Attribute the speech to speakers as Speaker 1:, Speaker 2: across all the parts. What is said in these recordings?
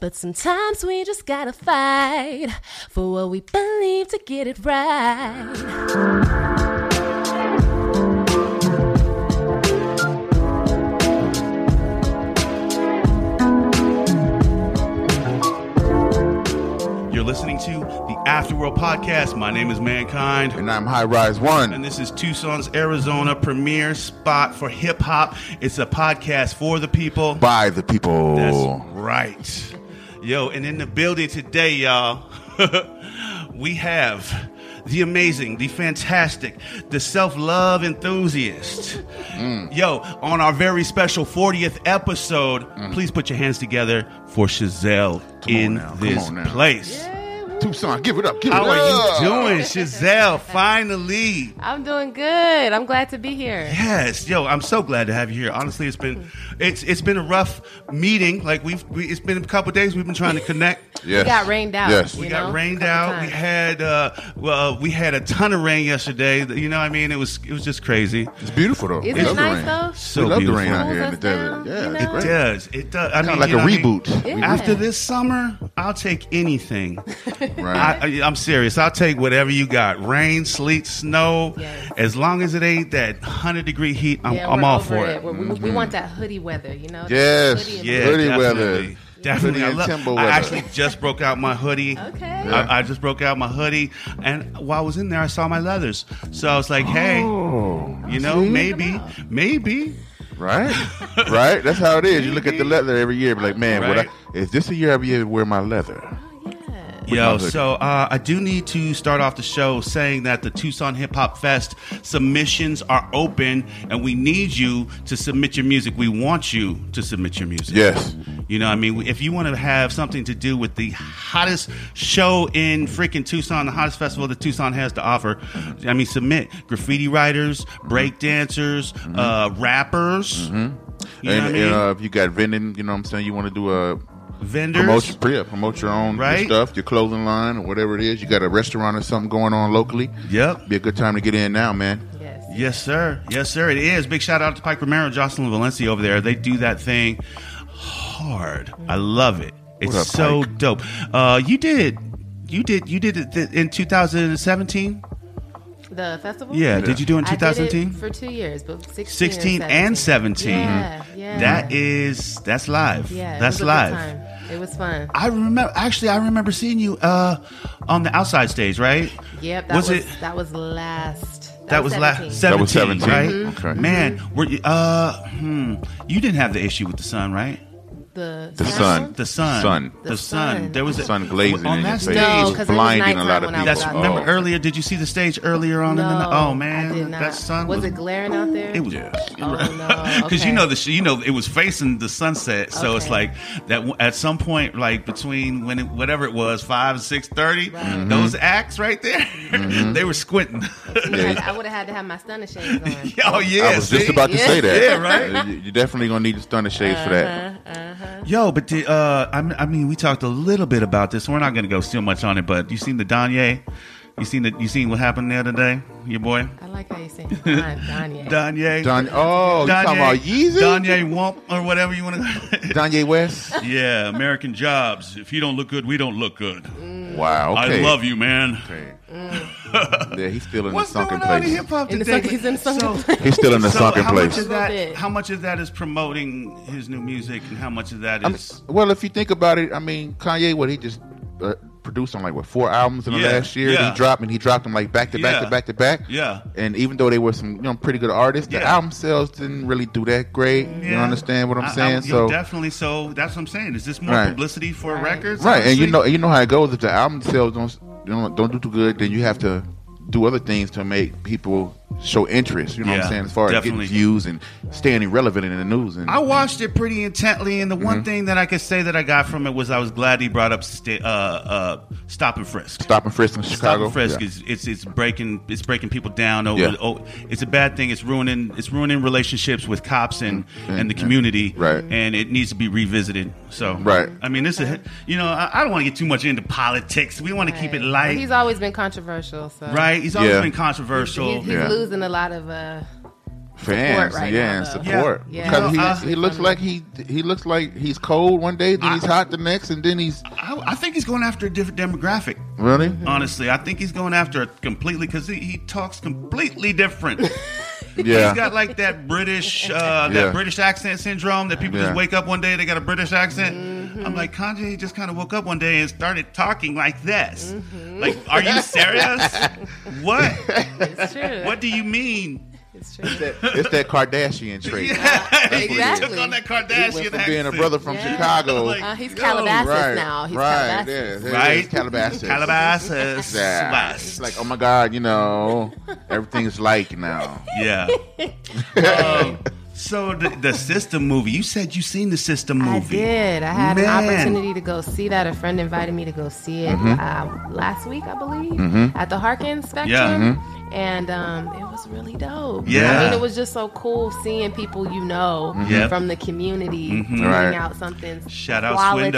Speaker 1: But sometimes we just gotta fight for what we believe to get it right.
Speaker 2: You're listening to the Afterworld Podcast. My name is Mankind.
Speaker 3: And I'm High Rise One.
Speaker 2: And this is Tucson's Arizona premier spot for hip hop. It's a podcast for the people.
Speaker 3: by the people.
Speaker 2: That's right. Yo, and in the building today, y'all, we have the amazing, the fantastic, the self love enthusiast.
Speaker 3: Mm.
Speaker 2: Yo, on our very special 40th episode, please put your hands together for Chazelle
Speaker 3: on
Speaker 2: in
Speaker 3: now, Mm. come
Speaker 2: this
Speaker 3: on now.
Speaker 2: place.
Speaker 3: Tucson, give it up. Give
Speaker 2: How
Speaker 3: it up.
Speaker 2: are you doing, Chazelle? Finally.
Speaker 1: I'm doing good. I'm glad to be here.
Speaker 2: Yes, yo, I'm so glad to have you here. Honestly, it's been it's it's been a rough meeting. Like we've we, it's been a couple days we've been trying to connect.
Speaker 3: Yes.
Speaker 1: We got rained out.
Speaker 3: Yes.
Speaker 2: We
Speaker 1: you
Speaker 2: got
Speaker 1: know,
Speaker 2: rained
Speaker 1: couple
Speaker 2: out. We
Speaker 1: times.
Speaker 2: had uh, well, we had a ton of rain yesterday. You know, what I mean, it was it was just crazy.
Speaker 3: It's beautiful though.
Speaker 1: Isn't
Speaker 3: We
Speaker 1: it
Speaker 3: love the
Speaker 1: nice,
Speaker 3: rain.
Speaker 1: though?
Speaker 2: So
Speaker 3: we love the
Speaker 2: beautiful.
Speaker 3: rain out here in the
Speaker 1: Cools us down,
Speaker 3: desert. Yeah,
Speaker 1: you
Speaker 3: it's
Speaker 1: know?
Speaker 2: It
Speaker 3: great.
Speaker 2: does. It does. I mean,
Speaker 3: Kind of like
Speaker 2: you
Speaker 3: a
Speaker 2: know what I mean?
Speaker 3: reboot.
Speaker 1: Yeah.
Speaker 2: After this summer, I'll take anything.
Speaker 3: Right.
Speaker 2: I, I, I'm serious. I'll take whatever you got. Rain, sleet, snow.
Speaker 1: Yes.
Speaker 2: As long as it ain't that 100 degree heat, I'm,
Speaker 1: Yeah,
Speaker 2: I'm
Speaker 1: we're
Speaker 2: all
Speaker 1: over
Speaker 2: for Mm-hmm.
Speaker 1: We, we- we want that hoodie weather, you know? that
Speaker 3: Yes.
Speaker 1: hoodie and
Speaker 2: Yeah,
Speaker 3: Hoodie
Speaker 2: definitely.
Speaker 3: weather.
Speaker 2: Definitely.
Speaker 3: Hoodie
Speaker 2: I,
Speaker 3: and
Speaker 2: love-
Speaker 3: timber
Speaker 2: I
Speaker 3: weather.
Speaker 2: actually just broke out my hoodie.
Speaker 1: Okay.
Speaker 2: I, I just broke out my hoodie, and while I was in there, I saw my leathers. So I was like, "Hey,
Speaker 1: Oh,
Speaker 2: you know,
Speaker 3: see?
Speaker 2: maybe, maybe."
Speaker 3: Right. right. That's how it is. You look at the leather every year, be like, man, would
Speaker 2: Right.
Speaker 3: I, is this a year I be able to wear my leather?
Speaker 2: Yo,
Speaker 3: my hoodie.
Speaker 2: so uh, I do need to start off the show saying that the Tucson Hip Hop Fest submissions are open, and we need you to submit your music. We want you to submit your music.
Speaker 3: Yes.
Speaker 2: You know, what I mean, if you want to have something to do with the hottest show in freaking Tucson, the hottest festival that Tucson has to offer, I mean, submit graffiti writers, break dancers, uh, rappers, you know
Speaker 3: Mm-hmm. and
Speaker 2: what I
Speaker 3: and,
Speaker 2: mean,
Speaker 3: uh, if you got vending, you know what I'm saying, you want to do a
Speaker 2: vendors.
Speaker 3: promote, yeah, promote your own your
Speaker 2: Right.
Speaker 3: stuff, your clothing line or whatever it is. You got a restaurant or something going on locally.
Speaker 2: Yep.
Speaker 3: Be a good time to get in now, man.
Speaker 1: Yes.
Speaker 2: Yes, sir. Yes, sir. It is. Big shout out to Pike Romero, Jocelyn Valencia over there. They do that thing hard. I love it. It's
Speaker 3: What up,
Speaker 2: so dope. Uh, you did. You did. You did it th- in 2017.
Speaker 1: The festival?
Speaker 2: Yeah. Did you do it in
Speaker 1: I did it
Speaker 2: 2017?
Speaker 1: For two years, but 16,
Speaker 2: 16 and 17.
Speaker 1: Yeah, yeah.
Speaker 2: That is that's live.
Speaker 1: yeah, it
Speaker 2: that's
Speaker 1: was a good
Speaker 2: live.
Speaker 1: time. It was fun.
Speaker 2: I remember actually I remember seeing you uh on the outside stage, right?
Speaker 1: Yep, that
Speaker 2: was
Speaker 1: was,
Speaker 2: it
Speaker 1: that was last. That, Mm-hmm.
Speaker 2: that was last
Speaker 1: 17.
Speaker 2: 17,
Speaker 3: was 17,
Speaker 2: right?
Speaker 3: mhm. Okay.
Speaker 2: Man, were you uh hmm, you didn't have the issue with the sun, right?
Speaker 1: The,
Speaker 3: The
Speaker 1: last
Speaker 3: sun.
Speaker 1: one?
Speaker 2: The sun.
Speaker 3: Sun.
Speaker 2: The,
Speaker 1: The
Speaker 2: sun.
Speaker 1: sun.
Speaker 2: There was a,
Speaker 3: sun glazing
Speaker 2: on
Speaker 3: in
Speaker 2: that
Speaker 3: your
Speaker 2: stage.
Speaker 3: face.
Speaker 1: No,
Speaker 3: Oh.
Speaker 1: 'cause it
Speaker 3: it's
Speaker 1: was
Speaker 3: blinding a
Speaker 1: nighttime
Speaker 3: lot of
Speaker 1: when I
Speaker 3: people.
Speaker 2: That's
Speaker 1: was out
Speaker 2: remember
Speaker 1: there.
Speaker 2: earlier. Did you see the stage earlier on
Speaker 1: No,
Speaker 2: in the night? Oh
Speaker 1: I did
Speaker 2: man,
Speaker 1: not.
Speaker 2: that sun
Speaker 1: was, it glaring out there?
Speaker 2: it was
Speaker 1: Oh no!
Speaker 2: because
Speaker 1: okay.
Speaker 2: you know the sh- you know it was facing the sunset, so it's
Speaker 1: Okay.
Speaker 2: like that w- at some point, like between when it, whatever it was five and six thirty,
Speaker 3: Mm-hmm.
Speaker 1: Right.
Speaker 2: those acts right there, they were squinting.
Speaker 1: Had to- I would have had to have my stunner shades on.
Speaker 2: oh yeah,
Speaker 3: I was just
Speaker 2: see?
Speaker 3: about to
Speaker 1: Yeah.
Speaker 3: say that.
Speaker 2: Yeah, right?
Speaker 3: Uh, you- You're definitely gonna need the stunner shades for
Speaker 1: Uh-huh.
Speaker 3: that.
Speaker 2: Yo, but the, uh, I, m- I mean, we talked a little bit about this. We're not going to go too much on it, but you seen the Donye? You seen the you seen what happened the other day? Your boy
Speaker 1: I like how you say Kanye.
Speaker 2: Donye.
Speaker 3: Don, oh, you talking about Yeezy?
Speaker 2: Donye Wump or whatever you want to.
Speaker 3: Donye West.
Speaker 2: yeah, American jobs. If you don't look good, we don't look good.
Speaker 1: Mm.
Speaker 3: Wow. Okay.
Speaker 2: I love you, man.
Speaker 3: Okay.
Speaker 1: Mm.
Speaker 3: yeah, he's still in
Speaker 2: What's
Speaker 3: the sunken
Speaker 2: going on in
Speaker 3: place.
Speaker 2: hip hop
Speaker 1: In the
Speaker 2: today?
Speaker 1: sunken- he's in the sunken
Speaker 2: so,
Speaker 1: place.
Speaker 3: He's still in the
Speaker 2: so
Speaker 3: sunken
Speaker 2: how
Speaker 3: place.
Speaker 2: Much of
Speaker 1: Little
Speaker 2: that,
Speaker 1: bit.
Speaker 2: how much of that is promoting his new music, and how much of that
Speaker 3: I'm-
Speaker 2: is?
Speaker 3: well, if you think about it, I mean, Kanye, what he just uh, produced on like what four albums in the
Speaker 2: Yeah,
Speaker 3: last year?
Speaker 2: yeah.
Speaker 3: He dropped and he dropped them like back to back
Speaker 2: Yeah.
Speaker 3: to back to back.
Speaker 2: Yeah.
Speaker 3: And even though they were some you know pretty good artists, the
Speaker 2: Yeah.
Speaker 3: album sales didn't really do that great. You
Speaker 2: Yeah.
Speaker 3: understand what
Speaker 2: I-
Speaker 3: I'm
Speaker 2: I-
Speaker 3: saying?
Speaker 2: yo,
Speaker 3: so
Speaker 2: definitely. So that's what I'm saying. Is this more
Speaker 3: Right.
Speaker 2: publicity for
Speaker 1: Right.
Speaker 2: records?
Speaker 3: right and you
Speaker 2: honestly?
Speaker 3: know you know how it goes if the album sales don't you know, don't do too good then you have to do other things to make people show interest you know what
Speaker 2: Yeah,
Speaker 3: i'm saying as far
Speaker 2: definitely.
Speaker 3: as getting views and staying relevant in the news and
Speaker 2: I watched it pretty intently, and the
Speaker 3: Mm-hmm.
Speaker 2: one thing that I could say that I got from it was I was glad he brought up sta uh, uh, stop and frisk.
Speaker 3: stop and frisk in
Speaker 2: Stop
Speaker 3: chicago
Speaker 2: and frisk
Speaker 3: Yeah.
Speaker 2: is it's it's breaking it's breaking people down. Over,
Speaker 3: Yeah.
Speaker 2: oh, it's a bad thing. It's ruining it's ruining relationships with cops and and the community.
Speaker 3: Mm-hmm. Right.
Speaker 2: and it needs to be revisited. So
Speaker 3: Right.
Speaker 2: I mean, this is you know I, I don't want to get too much into politics. We want to keep it
Speaker 1: Right.
Speaker 2: light,
Speaker 1: He's always been controversial, so
Speaker 2: right? He's always
Speaker 3: Yeah.
Speaker 2: been controversial.
Speaker 1: He's, he's
Speaker 3: Yeah.
Speaker 1: losing a lot of uh,
Speaker 3: fans,
Speaker 4: right
Speaker 3: yeah,
Speaker 4: now,
Speaker 3: and
Speaker 4: though.
Speaker 3: support.
Speaker 4: Yeah.
Speaker 3: Because
Speaker 2: You know,
Speaker 3: he,
Speaker 2: I-
Speaker 3: he looks like he he looks like he's cold one day, then he's
Speaker 2: Uh, I-
Speaker 3: hot the next, and then he's
Speaker 2: I, I think he's going after a different demographic.
Speaker 3: really.
Speaker 2: Honestly, I think he's going after it completely because he, he talks completely different. He's
Speaker 3: Yeah,
Speaker 2: got like that British, uh,
Speaker 3: Yeah.
Speaker 2: that British accent syndrome that people
Speaker 3: Yeah.
Speaker 2: just wake up one day they got a British accent. I'm like Kanye just kind of woke up one day and started talking like this. Like, are you serious? what?
Speaker 4: It's true.
Speaker 2: What do you mean?
Speaker 4: It's true.
Speaker 3: it's that Kardashian trait.
Speaker 2: He took on that Kardashian
Speaker 3: He went from
Speaker 2: accent.
Speaker 3: being a brother from
Speaker 4: Yeah.
Speaker 3: Chicago,
Speaker 2: Like,
Speaker 4: Uh, he's
Speaker 2: Yo,
Speaker 4: Calabasas
Speaker 3: right?
Speaker 4: now. He's
Speaker 3: right,
Speaker 4: Calabasas.
Speaker 3: yeah, yeah,
Speaker 2: Right?
Speaker 3: it's Calabasas.
Speaker 2: Calabasas.
Speaker 3: Yeah.
Speaker 2: West.
Speaker 3: It's like, oh my God, you know, everything's like now.
Speaker 2: Yeah. um, so the, the system movie. You said you seen the system
Speaker 4: I
Speaker 2: movie.
Speaker 4: did. I had
Speaker 2: Man. Mm-hmm.
Speaker 4: an opportunity to go see that. A friend invited me to go see it uh, last week, I believe, at the Harkins Spectrum. And um, it was really dope.
Speaker 2: mm-hmm. Yeah. Mm-hmm.
Speaker 4: I mean, it was just so cool seeing people you know
Speaker 2: Yep. Mm-hmm.
Speaker 4: from the community putting
Speaker 3: Right.
Speaker 4: out something.
Speaker 2: Shout out
Speaker 4: quality.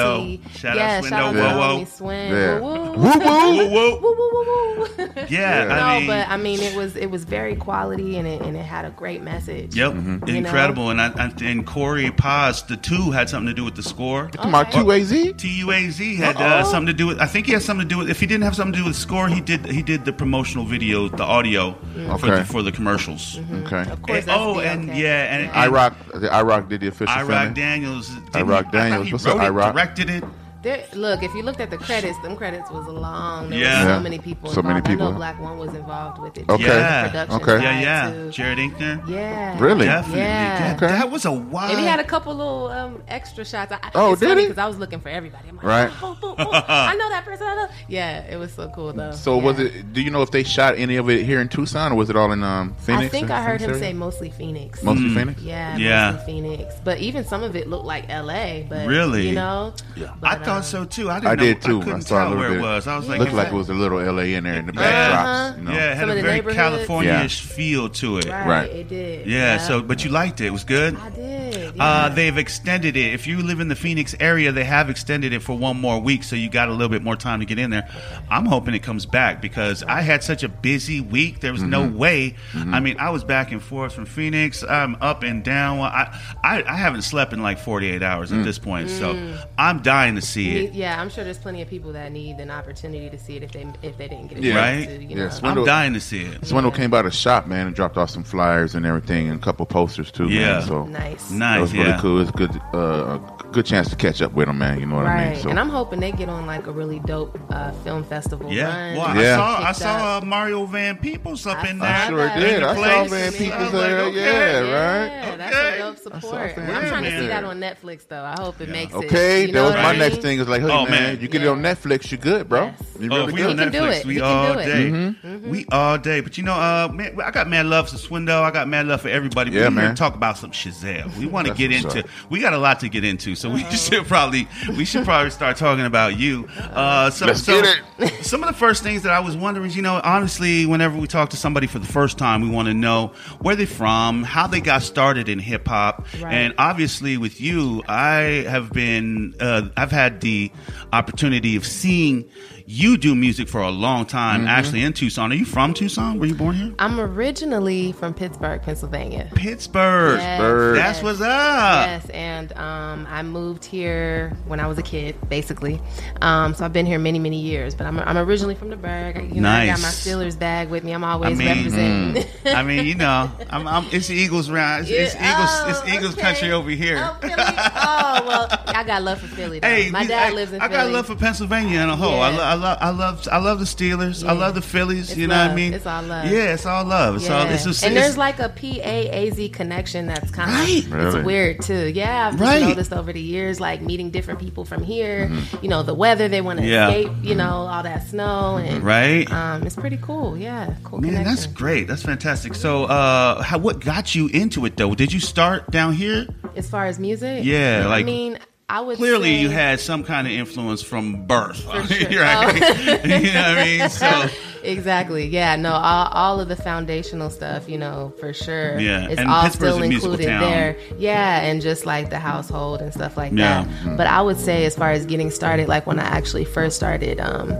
Speaker 2: Swindo. Shout out
Speaker 4: yeah,
Speaker 2: Swindo.
Speaker 4: Shout out to
Speaker 2: Whoa,
Speaker 4: the
Speaker 2: whoa.
Speaker 4: homie Swin.
Speaker 3: Yeah.
Speaker 4: Woo,
Speaker 3: Woo woo.
Speaker 2: Whoa,
Speaker 4: Woo,
Speaker 2: whoa.
Speaker 4: woo, woo, woo.
Speaker 2: Yeah,
Speaker 3: Yeah.
Speaker 2: I
Speaker 4: no,
Speaker 2: mean,
Speaker 4: but I mean, it was it was very quality and it and it had a great message.
Speaker 2: yep,
Speaker 4: You know?
Speaker 2: incredible. And I, I, and Corey Paz, the two had something to do with the score.
Speaker 3: Come on,
Speaker 4: Okay.
Speaker 3: two AZ.
Speaker 2: T U A Z had uh, something to do with. I think he had something to do with. If he didn't have something to do with the score, he did. He did the promotional video, the audio
Speaker 4: Mm-hmm.
Speaker 2: for,
Speaker 3: Okay.
Speaker 2: the, for the commercials.
Speaker 3: Okay.
Speaker 4: Of course.
Speaker 2: And-
Speaker 4: that's
Speaker 2: oh,
Speaker 4: the-
Speaker 2: and
Speaker 4: okay.
Speaker 2: yeah, and,
Speaker 3: I rock. I rock did the official.
Speaker 2: Iraq
Speaker 3: filming.
Speaker 2: Daniels. didn't he-
Speaker 3: Iraq
Speaker 2: I thought
Speaker 3: Daniels.
Speaker 2: He
Speaker 3: What's up,
Speaker 2: wrote it,
Speaker 3: Iraq?
Speaker 2: directed it.
Speaker 4: There, look, if you looked at the credits, them credits was long. There
Speaker 2: Yeah.
Speaker 4: yeah,
Speaker 2: Yeah.
Speaker 4: so many people.
Speaker 3: So many
Speaker 4: involved. I
Speaker 3: people.
Speaker 4: know Black One was involved with it.
Speaker 3: Okay.
Speaker 4: Too.
Speaker 2: Yeah.
Speaker 4: Production
Speaker 3: Okay.
Speaker 4: side,
Speaker 2: Yeah, yeah.
Speaker 4: too.
Speaker 2: Jared Inkner.
Speaker 4: Yeah.
Speaker 3: Really?
Speaker 2: Definitely.
Speaker 4: Yeah.
Speaker 2: That, that was a wild.
Speaker 4: And he had a couple little um, extra shots. I, I,
Speaker 3: Oh,
Speaker 4: it's
Speaker 3: did he?
Speaker 4: Because I was looking for everybody. I'm like,
Speaker 3: Right.
Speaker 4: oh, oh, oh, oh, I know that person. I know. Yeah, it was so cool though.
Speaker 3: So was
Speaker 4: Yeah.
Speaker 3: it? Do you know if they shot any of it here in Tucson or was it all in um, Phoenix?
Speaker 4: I think
Speaker 3: or
Speaker 4: I heard him
Speaker 3: Phoenix
Speaker 4: say
Speaker 3: area?
Speaker 4: mostly Phoenix.
Speaker 3: mostly
Speaker 2: Hmm.
Speaker 3: Phoenix.
Speaker 4: Yeah,
Speaker 2: Yeah.
Speaker 4: mostly Phoenix. But even some of it looked like L.A. But
Speaker 2: Really?
Speaker 4: you know,
Speaker 2: I
Speaker 4: But,
Speaker 2: thought
Speaker 4: um,
Speaker 2: so too. I didn't.
Speaker 3: I
Speaker 2: know,
Speaker 3: did too.
Speaker 2: I
Speaker 3: I,
Speaker 2: couldn't
Speaker 3: saw a
Speaker 2: tell
Speaker 3: little
Speaker 2: where
Speaker 3: bit.
Speaker 2: it was. I was like,
Speaker 3: looked
Speaker 2: is
Speaker 3: like
Speaker 2: that-
Speaker 3: it was a little LA in there in the
Speaker 2: Yeah.
Speaker 3: backdrops. You know?
Speaker 2: yeah, it had
Speaker 4: Some of
Speaker 2: a
Speaker 4: the
Speaker 2: very
Speaker 4: neighborhoods.
Speaker 2: California-ish feel to it.
Speaker 4: Right,
Speaker 3: Right.
Speaker 4: It did.
Speaker 2: Yeah, So, but you liked it. It was good.
Speaker 4: I did.
Speaker 2: Uh,
Speaker 4: yeah.
Speaker 2: they've extended it. If you live in the Phoenix area, they have extended it for one more week, so you got a little bit more time to get in there. I'm hoping it comes back because I had such a busy week. There was no
Speaker 3: Mm-hmm.
Speaker 2: way. I mean, I was back and forth from Phoenix. I'm up and down. I I, I haven't slept in like 48 hours
Speaker 3: Mm.
Speaker 2: at this point, so I'm dying to see
Speaker 4: Mm. Need-
Speaker 2: it.
Speaker 4: Yeah, I'm sure there's plenty of people that need an opportunity to see it if they if they didn't get a
Speaker 3: Yeah.
Speaker 4: chance
Speaker 2: Right?
Speaker 4: to. You
Speaker 3: Yes.
Speaker 4: know.
Speaker 2: I'm dying to see it.
Speaker 3: Swindle came by the shop, man, and dropped off some flyers and everything, and a couple posters too,
Speaker 2: Yeah.
Speaker 3: man. So
Speaker 4: Nice.
Speaker 3: that
Speaker 2: Nice,
Speaker 3: was really
Speaker 2: yeah.
Speaker 3: cool. It's good, uh, a good chance to catch up with him, man. You know what I
Speaker 4: Right,
Speaker 3: mean? So
Speaker 4: and I'm hoping they get on like a really dope uh, film festival.
Speaker 2: Yeah,
Speaker 4: run.
Speaker 2: well,
Speaker 3: Yeah.
Speaker 2: I saw I
Speaker 4: Picked
Speaker 2: saw uh, Mario Van Peoples up
Speaker 4: I
Speaker 2: in
Speaker 4: saw
Speaker 2: there.
Speaker 4: that.
Speaker 3: I'm sure it did.
Speaker 2: In the
Speaker 3: I saw
Speaker 2: place.
Speaker 3: man people's
Speaker 2: I was like,
Speaker 3: there.
Speaker 2: okay.
Speaker 3: Yeah, right.
Speaker 4: Yeah, that's
Speaker 2: Okay.
Speaker 4: a dope
Speaker 3: I
Speaker 4: support.
Speaker 3: saw
Speaker 4: I'm
Speaker 3: that.
Speaker 4: trying to
Speaker 2: Yeah.
Speaker 4: see that on Netflix though. I hope it makes it.
Speaker 3: Okay,
Speaker 4: You
Speaker 3: that
Speaker 4: know
Speaker 3: was
Speaker 4: what
Speaker 3: my
Speaker 4: I
Speaker 3: next
Speaker 4: mean?
Speaker 3: thing. Is like, hey
Speaker 2: Oh,
Speaker 3: man,
Speaker 2: man.
Speaker 3: you get
Speaker 4: Yeah.
Speaker 3: it on Netflix, you good, bro.
Speaker 4: Yes.
Speaker 3: You Mm-hmm.
Speaker 2: Oh,
Speaker 3: really
Speaker 2: if we
Speaker 3: good.
Speaker 2: on
Speaker 4: can do
Speaker 2: Netflix,
Speaker 4: it.
Speaker 2: we
Speaker 4: We can
Speaker 2: all
Speaker 4: do it. Mm-hmm.
Speaker 2: day. We all day. But you know, uh, man, I got mad love for Swindle. I got mad love for everybody. But
Speaker 3: Yeah,
Speaker 2: we're here to
Speaker 3: man.
Speaker 2: talk about some Shazam. We want to
Speaker 3: That's
Speaker 2: get
Speaker 3: what's
Speaker 2: into.
Speaker 3: up.
Speaker 2: We got a lot to get into, so we should probably we should probably start talking about you. Uh, some,
Speaker 3: Let's
Speaker 2: some,
Speaker 3: get
Speaker 2: some of the first things that I was wondering is, you know, honestly, whenever we talk to somebody for the first time, we want to know where they're from, how they got started in hip hop,
Speaker 4: Right.
Speaker 2: and obviously with you, I have been, uh, I've had the opportunity of seeing you do music for a long time,
Speaker 4: Mm-hmm.
Speaker 2: actually in Tucson. Are you from Tucson? Were you born here?
Speaker 4: I'm originally from Pittsburgh, Pennsylvania.
Speaker 2: Pittsburgh.
Speaker 4: Yes,
Speaker 3: Pittsburgh.
Speaker 2: That's what's up.
Speaker 4: Yes, and um, I moved here when I was a kid, basically. Um, so I've been here many, many years. But I'm, I'm originally from the Berg. You know, I got my
Speaker 2: Nice.
Speaker 4: Steelers bag with me. I'm always
Speaker 2: mean, hmm.
Speaker 4: representing.
Speaker 2: I mean, you know, I'm, I'm, it's the Eagles round. It's, it's
Speaker 4: Yeah,
Speaker 2: Eagles.
Speaker 4: oh,
Speaker 2: it's Eagles
Speaker 4: okay.
Speaker 2: country over here.
Speaker 4: Oh, Philly? Oh, well, I got love for Philly. Though.
Speaker 2: Hey,
Speaker 4: my
Speaker 2: we-
Speaker 4: dad
Speaker 2: hey,
Speaker 4: lives in
Speaker 2: I
Speaker 4: Philly.
Speaker 2: got love for Pennsylvania in a whole. I,
Speaker 4: Yeah.
Speaker 2: lo- I love, I love, I love the Steelers. I
Speaker 4: Yeah.
Speaker 2: love the Phillies.
Speaker 4: It's
Speaker 2: you know what I
Speaker 4: love.
Speaker 2: mean?
Speaker 4: It's all love.
Speaker 2: Yeah, it's all love. It's all.
Speaker 4: Yeah.
Speaker 2: It's just,
Speaker 4: and
Speaker 2: it's-
Speaker 4: there's like a PAAZ connection that's kind of
Speaker 2: Right.
Speaker 4: it's
Speaker 3: Really?
Speaker 4: weird too. Yeah, I've
Speaker 2: Right. Mm-hmm.
Speaker 4: just noticed over the years, like meeting different people from here. You know, the weather they want to
Speaker 2: Yeah. Mm-hmm.
Speaker 4: escape. You know, all that snow and
Speaker 2: right.
Speaker 4: Um, it's pretty cool. Yeah, cool
Speaker 2: Man,
Speaker 4: connection.
Speaker 2: that's great. That's fantastic. So, uh, how, what got you into it though? Did you start down here?
Speaker 4: as far as music,
Speaker 2: Yeah,
Speaker 4: I
Speaker 2: like-
Speaker 4: mean, I would
Speaker 2: Clearly,
Speaker 4: say-
Speaker 2: you had some kind of influence from birth.
Speaker 4: sure. Oh.
Speaker 2: right? you know what I mean? So,
Speaker 4: exactly. Yeah, no, all, all of the foundational stuff, you know, for sure.
Speaker 2: Yeah,
Speaker 4: it's
Speaker 2: and
Speaker 4: all
Speaker 2: Pittsburgh's
Speaker 4: still
Speaker 2: a musical
Speaker 4: included
Speaker 2: town.
Speaker 4: there. Yeah, and just like the household and stuff like
Speaker 2: Yeah.
Speaker 4: that. But I would say, as far as getting started, like when I actually first started um,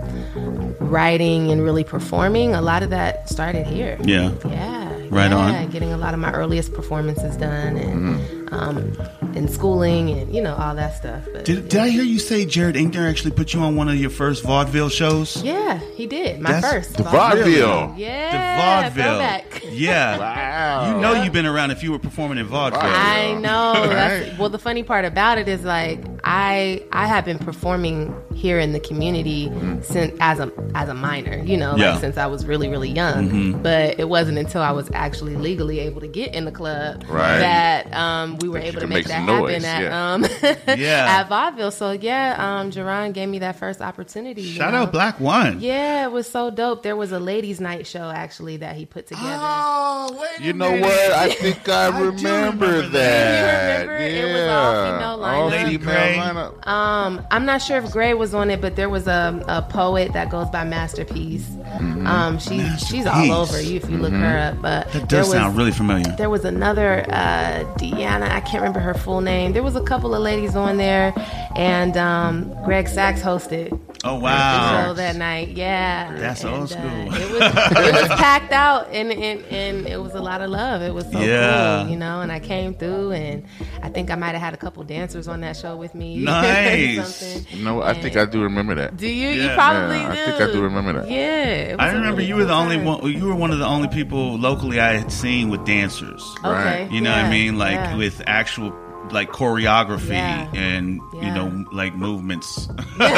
Speaker 4: writing and really performing, a lot of that started here.
Speaker 2: yeah.
Speaker 4: Yeah.
Speaker 2: Right
Speaker 4: yeah,
Speaker 2: on.
Speaker 4: Getting a lot of my earliest performances done and
Speaker 2: Mm-hmm.
Speaker 4: um, and schooling and you know all that stuff. But
Speaker 2: Did, did I hear you say Jared Ingner actually put you on one of your first vaudeville shows?
Speaker 4: yeah, he did my
Speaker 2: That's-
Speaker 4: first
Speaker 3: The
Speaker 4: vaudeville.
Speaker 3: vaudeville.
Speaker 4: Yeah,
Speaker 2: the vaudeville.
Speaker 4: throwback.
Speaker 2: Yeah.
Speaker 3: Wow.
Speaker 2: You know you've been around if you were performing in vaudeville.
Speaker 4: I know. That's,
Speaker 3: Right.
Speaker 4: Well, the funny part about it is like I I have been performing here in the community
Speaker 3: Mm-hmm.
Speaker 4: since as a as a minor, you know,
Speaker 2: Yeah.
Speaker 4: like since I was really really young.
Speaker 3: Mm-hmm.
Speaker 4: But it wasn't until I was actually legally able to get in the club
Speaker 3: Right.
Speaker 4: that um, we were
Speaker 3: That you
Speaker 4: able to
Speaker 3: can
Speaker 4: make,
Speaker 3: make
Speaker 4: that
Speaker 3: some
Speaker 4: happen
Speaker 3: noise,
Speaker 4: at
Speaker 3: yeah.
Speaker 4: um
Speaker 2: Yeah.
Speaker 4: at vaudeville. So yeah, um, Jerron gave me that first opportunity. you
Speaker 2: Shout
Speaker 4: know?
Speaker 2: out Black One.
Speaker 4: Yeah, it was so dope. There was a ladies' night show actually that he put together.
Speaker 3: Ah,
Speaker 2: Oh, wait. a
Speaker 3: You know
Speaker 2: minute.
Speaker 3: what? I think I,
Speaker 2: do
Speaker 3: remember,
Speaker 2: remember
Speaker 3: that.
Speaker 4: that. You remember?
Speaker 3: Yeah.
Speaker 4: It was all female lineup.
Speaker 3: All
Speaker 2: Lady
Speaker 3: female
Speaker 2: Grey.
Speaker 3: lineup.
Speaker 4: Um, I'm not sure if Gray was on it, but there was a, a poet that goes by Masterpiece.
Speaker 2: Mm-hmm.
Speaker 4: Um, she she's all
Speaker 2: Masterpiece.
Speaker 4: over you if you look her up. But
Speaker 2: Mm-hmm. That
Speaker 4: there
Speaker 2: does
Speaker 4: was,
Speaker 2: sound really familiar.
Speaker 4: There was another uh, Deanna. I can't remember her full name. There was a couple of ladies on there, and um, Greg Sachs hosted
Speaker 2: Oh,
Speaker 4: the show
Speaker 2: wow.
Speaker 4: that night. Yeah,
Speaker 2: That's
Speaker 4: And,
Speaker 2: old
Speaker 4: uh,
Speaker 2: school.
Speaker 4: it, was, it was packed out, and, and and it was a lot of love. It was so
Speaker 2: Yeah.
Speaker 4: cool, you know. And I came through, and I think I might have had a couple dancers on that show with me.
Speaker 2: Nice.
Speaker 4: Something.
Speaker 3: No, I think I do remember that.
Speaker 4: Do you?
Speaker 2: Yeah.
Speaker 4: you probably
Speaker 3: Yeah, I
Speaker 4: do.
Speaker 3: think I do remember that.
Speaker 4: Yeah, it was
Speaker 2: I
Speaker 4: a
Speaker 2: remember
Speaker 4: really
Speaker 2: you were
Speaker 4: cool
Speaker 2: the only
Speaker 4: time.
Speaker 2: one. You were one of the only people locally I had seen with dancers.
Speaker 4: Okay.
Speaker 2: You know what
Speaker 4: Oh, yeah,
Speaker 2: I mean? Like
Speaker 4: yeah.
Speaker 2: with actual like choreography
Speaker 4: Yeah.
Speaker 2: and you
Speaker 4: Yeah.
Speaker 2: know like movements.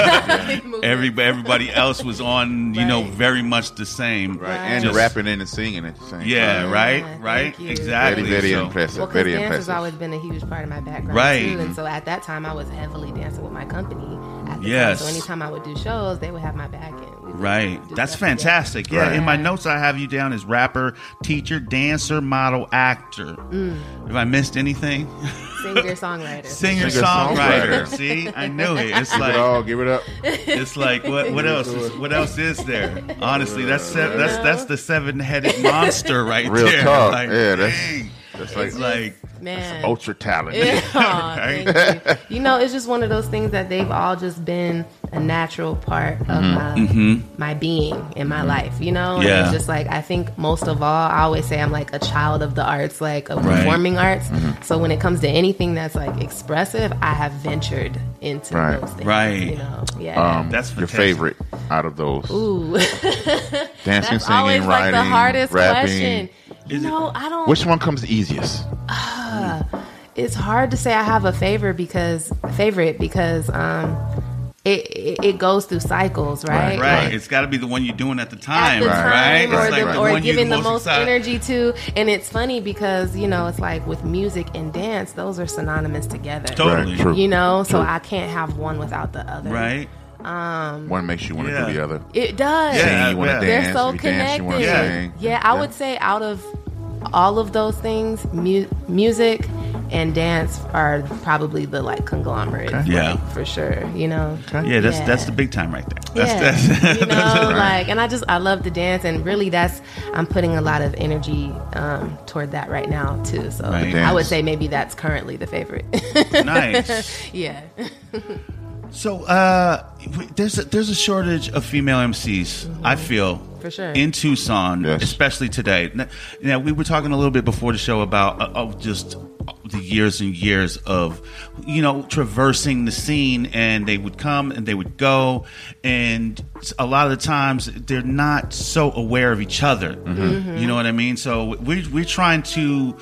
Speaker 4: Movement.
Speaker 2: Every everybody else was on you know
Speaker 4: Right.
Speaker 2: very much the same.
Speaker 3: Right. And
Speaker 2: Just-
Speaker 3: rapping and singing at the same
Speaker 2: Yeah.
Speaker 3: time.
Speaker 2: right.
Speaker 4: thank
Speaker 2: right.
Speaker 4: you.
Speaker 2: Exactly.
Speaker 3: Very, very
Speaker 2: So-
Speaker 3: impressive.
Speaker 4: Well, 'cause
Speaker 3: very
Speaker 4: dance
Speaker 3: impressive.
Speaker 4: has always been a huge part of my background,
Speaker 2: Right.
Speaker 4: Too. And so at that time, I was heavily dancing with my company. At the Time.
Speaker 2: Yes.
Speaker 4: So anytime I would do shows, they would have my back in. We would
Speaker 2: Right.
Speaker 4: do
Speaker 2: That's
Speaker 4: stuff together.
Speaker 2: fantastic. Yeah.
Speaker 3: Right.
Speaker 2: In my notes, I have you down as rapper, teacher, dancer, model, actor. If I missed anything,
Speaker 4: Singer songwriter.
Speaker 2: singer, songwriter.
Speaker 3: Singer-songwriter.
Speaker 2: See, I knew it. It's
Speaker 3: Give it
Speaker 2: like
Speaker 3: all. Give it up.
Speaker 2: it's like what what else? Is, what else is there? Honestly, that's se- that's that's the seven headed monster right
Speaker 3: Real
Speaker 2: there.
Speaker 3: talk.
Speaker 2: Like,
Speaker 3: Yeah, that's-
Speaker 2: dang.
Speaker 3: That's like
Speaker 2: It's like
Speaker 4: Man.
Speaker 3: ultra talent.
Speaker 4: Yeah, aw, thank you. You know, it's just one of those things that they've all just been a natural part of my, my being in my life, you know? And
Speaker 2: Mm-hmm. Yeah.
Speaker 4: it's just like, I think most of all, I always say I'm like a child of the arts, like of
Speaker 2: Right. Mm-hmm.
Speaker 4: performing arts. So when it comes to anything that's like expressive, I have ventured into
Speaker 3: Right.
Speaker 4: those things.
Speaker 2: Right.
Speaker 4: You know? Yeah.
Speaker 3: Um,
Speaker 2: That's
Speaker 3: your
Speaker 2: fantastic.
Speaker 3: favorite out of those.
Speaker 4: Ooh,
Speaker 3: Dancing,
Speaker 4: that's
Speaker 3: singing,
Speaker 4: always like
Speaker 3: writing,
Speaker 4: the hardest
Speaker 3: rapping.
Speaker 4: question. You
Speaker 2: Is it-
Speaker 4: know, I don't.
Speaker 3: Which one comes easiest?
Speaker 4: it's hard to say I have a favor because favorite because um it it, it goes through cycles, right?
Speaker 2: right.
Speaker 4: Like,
Speaker 2: It's got to be the one you're doing at the time,
Speaker 4: At the
Speaker 2: right?
Speaker 4: time,
Speaker 2: It's
Speaker 4: or,
Speaker 2: like
Speaker 4: the,
Speaker 2: the
Speaker 4: or
Speaker 2: one you're
Speaker 4: giving the most
Speaker 2: excited-
Speaker 4: energy to, and it's funny because you know it's like with music and dance, those are synonymous together.
Speaker 2: Totally.
Speaker 3: Right, true.
Speaker 4: You know, so
Speaker 3: True.
Speaker 4: I can't have one without the other.
Speaker 2: Right.
Speaker 3: One makes you want to
Speaker 2: Yeah.
Speaker 3: do the other.
Speaker 4: It does.
Speaker 2: Yeah.
Speaker 3: Sing, you want to
Speaker 2: yeah.
Speaker 3: dance.
Speaker 4: They're so
Speaker 3: If you dance, you wanna
Speaker 4: connected.
Speaker 2: Yeah.
Speaker 3: sing.
Speaker 4: Yeah, I would say out of all of those things, mu- music and dance are probably the like conglomerate. like,
Speaker 2: Yeah.
Speaker 4: for sure. You know.
Speaker 2: Yeah. That's
Speaker 4: Yeah.
Speaker 2: that's the big time right there.
Speaker 4: yeah,
Speaker 2: That's, that's,
Speaker 4: you know, like, and I just I love to dance, and really, that's I'm putting a lot of energy um, toward that right now too. So
Speaker 2: Right.
Speaker 4: I would
Speaker 3: Dance.
Speaker 4: say maybe that's currently the favorite.
Speaker 2: nice.
Speaker 4: yeah,
Speaker 2: So uh, w- there's a, there's a shortage of female MCs. I feel
Speaker 4: Mm-hmm. For sure.
Speaker 2: in Tucson,
Speaker 3: Yes.
Speaker 2: especially today. Now, now, we were talking a little bit before the show about uh, of just the years and years of you know traversing the scene, and they would come and they would go, and a lot of the times they're not so aware of each other. You know what I mean? So we're we're trying to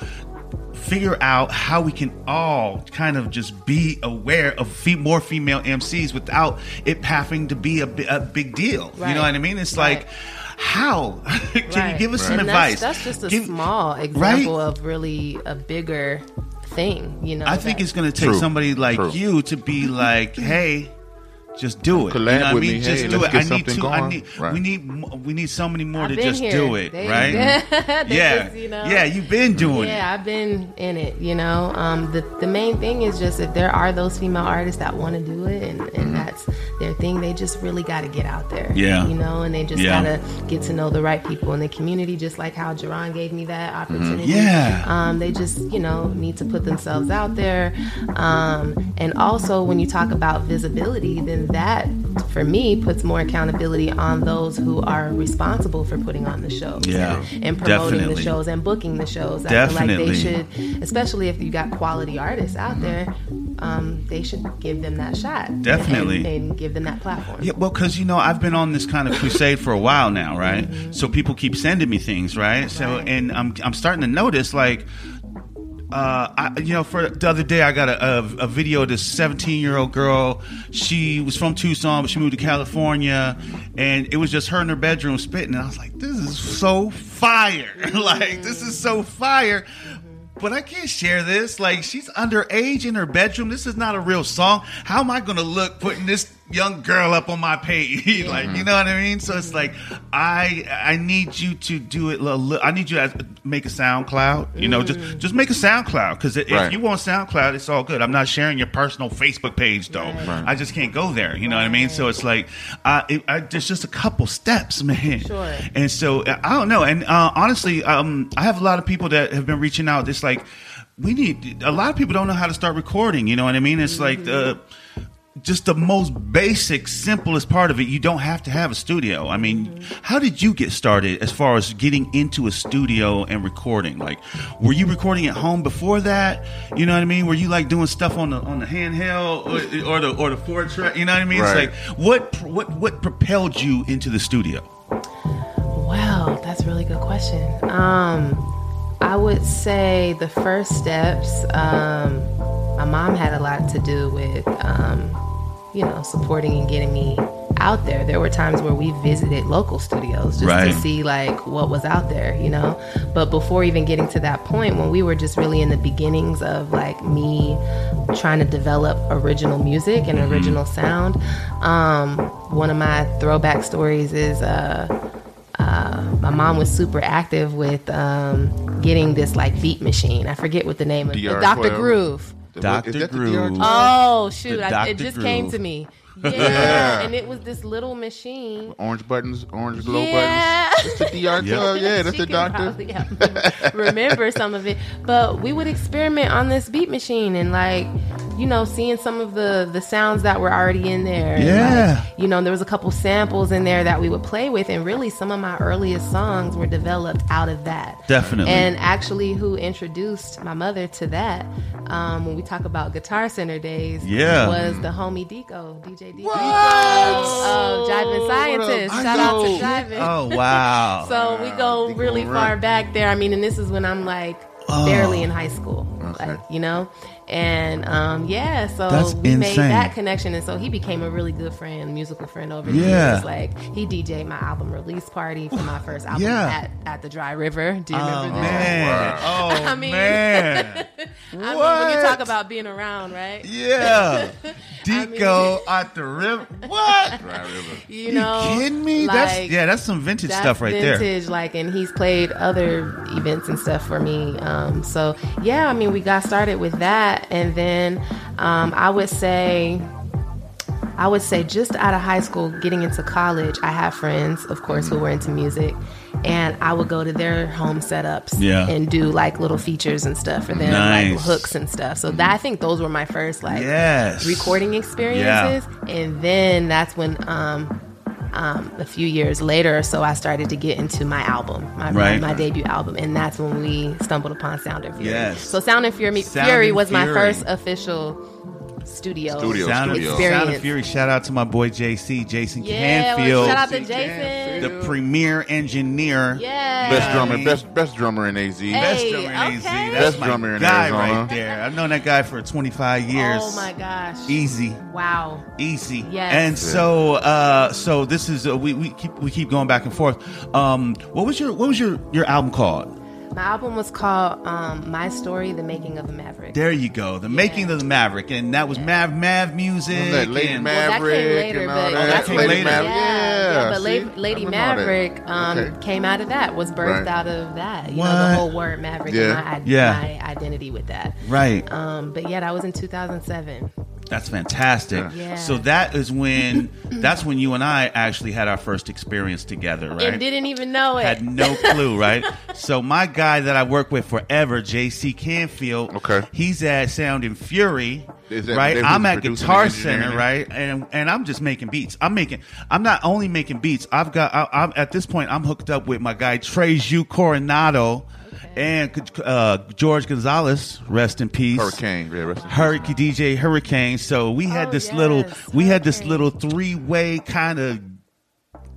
Speaker 2: figure out how we can all kind of just be aware of fe- more female MCs without it having to be a, bi- a big deal. You
Speaker 4: Right.
Speaker 2: know what I mean? It's
Speaker 4: Right.
Speaker 2: like, how can you
Speaker 4: Right.
Speaker 2: give us some
Speaker 4: And
Speaker 2: advice?
Speaker 4: that's, that's just a
Speaker 2: Give-
Speaker 4: small example of really a bigger thing. You know,
Speaker 2: I think
Speaker 4: that-
Speaker 2: it's going to take
Speaker 3: True.
Speaker 2: somebody like
Speaker 3: True.
Speaker 2: you to be like, hey. Just do it.
Speaker 3: Collab
Speaker 2: you know what
Speaker 3: with
Speaker 2: I mean?
Speaker 3: me.
Speaker 2: Just
Speaker 3: Hey,
Speaker 2: do
Speaker 3: let's
Speaker 2: it.
Speaker 3: get
Speaker 2: I need
Speaker 3: something
Speaker 2: to. I
Speaker 3: going.
Speaker 2: need.
Speaker 3: Right.
Speaker 2: We need. mo- We need so many more
Speaker 4: I've
Speaker 2: to
Speaker 4: been
Speaker 2: just
Speaker 4: here.
Speaker 2: do it,
Speaker 4: They-
Speaker 2: right?
Speaker 4: They
Speaker 2: yeah,
Speaker 4: just, you know.
Speaker 2: yeah. You've been doing
Speaker 4: Yeah, I've been in it, you know. Um, the the main thing is just if there are those female artists that want to do it and, and that's their thing, they just really got to get out there.
Speaker 2: Mm-hmm. Yeah.
Speaker 4: you know, and they just got
Speaker 2: Yeah.
Speaker 4: to get to know the right people in the community, just like how Jerron gave me that opportunity.
Speaker 2: Mm-hmm. Yeah.
Speaker 4: um, they just you know need to put themselves out there, um, and also when you talk about visibility, then that for me puts more accountability on those who are responsible for putting on the shows
Speaker 2: Yeah,
Speaker 4: and promoting
Speaker 2: definitely.
Speaker 4: the shows and booking the shows. I
Speaker 2: Definitely. Mm-hmm.
Speaker 4: feel like they should, especially if you got quality artists out there, um, they should give them that shot.
Speaker 2: Definitely.
Speaker 4: And, and give them that platform.
Speaker 2: Yeah, well, because you know I've been on this kind of crusade for a while now, right? So people keep sending me things, right? So
Speaker 4: Right.
Speaker 2: and I'm I'm starting to notice like. Uh, I, you know, for the other day, I got a, a, a video of this 17 year old girl. She was from Tucson, but she moved to California, and it was just her in her bedroom spitting. And I was like, "This is so fire! like, this is so fire!" But I can't share this. Like, she's underage in her bedroom. This is not a real song. How am I going to look putting this young girl up on my page? like, you know what I mean? So it's like, I I need you to do it. a li- I need you to make a SoundCloud. You know, just just make a SoundCloud because if
Speaker 3: Right.
Speaker 2: you want SoundCloud, it's all good. I'm not sharing your personal Facebook page though. I just can't go there. You know what I mean? So it's like, uh, it, I, there's just a couple steps, man.
Speaker 4: Sure.
Speaker 2: And so I I don't know. And uh, honestly, um, I have a lot of people that have been reaching out. It's like we need a lot of people don't know how to start recording. You know what I mean? It's like uh, the just the most basic, simplest part of it. You don't have to have a studio. I mean, how did you get started as far as getting into a studio and recording? Like, were you recording at home before that? You know what I mean? Were you like doing stuff on the on the handheld or, or the or the four track? You know what I mean?
Speaker 3: Right.
Speaker 2: It's like what what what propelled you into the studio?
Speaker 4: Wow, that's a really good question. Um, I would say the first steps. Um, my mom had a lot to do with, um, you know, supporting and getting me out there. There were times where we visited local studios just
Speaker 2: Right.
Speaker 4: to see like what was out there, you know. But before even getting to that point, when we were just really in the beginnings of like me trying to develop original music and original sound, um, one of my throwback stories is. Uh, my mom was super active with um, getting this like beat machine. I forget what the name of it.
Speaker 3: DR12.
Speaker 4: Dr. Groove.
Speaker 2: Dr.
Speaker 3: Is that the
Speaker 2: Groove.
Speaker 3: DR12?
Speaker 4: Oh shoot! I, it
Speaker 2: Dr.
Speaker 4: just came
Speaker 2: Groove.
Speaker 4: to me. Yeah. and it was this little machine.
Speaker 3: Orange buttons, orange glow
Speaker 4: Yeah.
Speaker 3: buttons. It's the DR12. Oh, Yeah, that's
Speaker 4: She
Speaker 3: the
Speaker 4: can
Speaker 3: doctor.
Speaker 4: probably help me remember some of it, but we would experiment on this beat machine and like, you know, seeing some of the the sounds that were already in there. And, like,
Speaker 2: Yeah.
Speaker 4: you know, there was a couple samples in there that we would play with, and really some of my earliest songs were developed out of that.
Speaker 2: Definitely.
Speaker 4: And actually, who introduced my mother to that? Um, when we talk about Guitar Center days,
Speaker 2: Yeah.
Speaker 4: was the homie Deco, DJ Deco,
Speaker 2: What?
Speaker 4: Oh, of Jiving Scientist.
Speaker 3: What up,
Speaker 4: Shout out to
Speaker 3: Deco?
Speaker 4: Jiving.
Speaker 2: Oh wow!
Speaker 4: So we go
Speaker 3: Deco
Speaker 4: really far
Speaker 3: Run.
Speaker 4: back there. I mean, and this is when I'm like
Speaker 2: Oh.
Speaker 4: barely in high school,
Speaker 3: Okay.
Speaker 4: like you know, and um, yeah. So
Speaker 2: That's
Speaker 4: we made
Speaker 2: insane.
Speaker 4: that connection, and so he became a really good friend, musical friend over the
Speaker 2: Yeah.
Speaker 4: years. Like he DJ'd my album release party for my first album
Speaker 2: Yeah.
Speaker 4: at, at the Dry River. Do you
Speaker 2: oh
Speaker 4: remember that?
Speaker 2: man! Oh
Speaker 4: I mean-
Speaker 2: man!
Speaker 4: I mean, when you
Speaker 2: What?
Speaker 4: talk about being around, right?
Speaker 2: Yeah,
Speaker 4: I mean-
Speaker 2: Deco at the river. What?
Speaker 4: You know,
Speaker 2: you kidding me? that's
Speaker 4: like,
Speaker 2: yeah, that's some vintage
Speaker 4: that's
Speaker 2: stuff right there.
Speaker 4: vintage, Like, and he's played other events and stuff for me. Um, so yeah, I mean, we got started with that, and then um, I would say. I would say just out of high school, getting into college, I had friends, of course, who were into music, and I would go to their home setups
Speaker 2: Yeah.
Speaker 4: and do like little features and stuff for them, like
Speaker 2: Nice.
Speaker 4: hooks and stuff. So that I think those were my first like
Speaker 2: Yes,
Speaker 4: recording experiences and then that's when um um, a few years later or so i started to get into my album my, my-
Speaker 2: Right.
Speaker 4: my, debut album and that's when we stumbled upon sound and fury
Speaker 2: Yes.
Speaker 4: so sound and fury,
Speaker 2: Sound
Speaker 4: fury
Speaker 2: and
Speaker 4: was my
Speaker 2: Fury.
Speaker 4: first official studio,
Speaker 3: Studio.
Speaker 2: Sound of,
Speaker 3: Studio.
Speaker 2: Sound of
Speaker 4: Experience.
Speaker 2: Fury. Shout out to my boy JC Jason
Speaker 4: yeah well,
Speaker 2: Canfield,
Speaker 4: shout out to
Speaker 3: Canfield.
Speaker 4: jason
Speaker 2: the premier engineer.
Speaker 4: yeah
Speaker 3: Best drummer,
Speaker 2: Hey.
Speaker 3: best best drummer in AZ.
Speaker 2: Best
Speaker 4: Hey,
Speaker 2: drummer in AZ.
Speaker 4: okay.
Speaker 2: That's
Speaker 3: Best
Speaker 2: my
Speaker 3: drummer in
Speaker 2: guy
Speaker 3: Arizona.
Speaker 2: right there. I've known that guy for 25 years.
Speaker 4: oh my gosh
Speaker 2: Easy.
Speaker 4: wow
Speaker 2: easy.
Speaker 4: Yes.
Speaker 2: And so, uh, so this is uh, we, we keep we keep going back and forth. Um, what was your what was your your album called?
Speaker 4: my album was called um, my story the making of a maverick
Speaker 2: There you go, the making of the Maverick, and that was Mav Mav music.
Speaker 3: Remember that Lady
Speaker 2: and-
Speaker 3: Mav-
Speaker 4: Well, that came
Speaker 3: Maverick
Speaker 4: later,
Speaker 3: and all
Speaker 4: but
Speaker 3: that.
Speaker 2: That came
Speaker 4: Lady
Speaker 2: later.
Speaker 4: Maverick.
Speaker 3: Yeah,
Speaker 4: Yeah, yeah, but
Speaker 3: see?
Speaker 4: Lady,
Speaker 3: I
Speaker 4: Lady
Speaker 3: remember all that.
Speaker 4: Maverick um,
Speaker 3: Okay.
Speaker 4: came out of that, was birthed
Speaker 3: Right.
Speaker 4: out of that. You know,
Speaker 2: What?
Speaker 4: the whole word Maverick
Speaker 3: Yeah.
Speaker 4: and my, id-
Speaker 2: Yeah.
Speaker 4: my identity with that.
Speaker 2: Right.
Speaker 4: Um, but yeah, that was in 2007.
Speaker 2: That's fantastic.
Speaker 4: Yeah.
Speaker 2: So that is when that's when you and I actually had our first experience together, right?
Speaker 4: and didn't even know it.
Speaker 2: had no clue, right? so my guy that I work with forever, JC Canfield,
Speaker 3: Okay.
Speaker 2: he's at Sound and Fury,
Speaker 3: Is that
Speaker 2: right?
Speaker 3: David
Speaker 2: I'm at
Speaker 3: producing
Speaker 2: Guitar
Speaker 3: and engineering
Speaker 2: Center,
Speaker 3: it?
Speaker 2: right? And and I'm just making beats. I'm making. I'm not only making beats. I've got. I, I'm at this point. I'm hooked up with my guy Treju Coronado. And uh, George Gonzalez, rest in peace.
Speaker 3: Hurricane. Yeah, rest in peace.
Speaker 2: Hurricane DJ Hurricane. So we had
Speaker 4: Oh,
Speaker 2: this little
Speaker 4: yes,
Speaker 2: we had this
Speaker 4: Hurricane.
Speaker 2: little three way kind of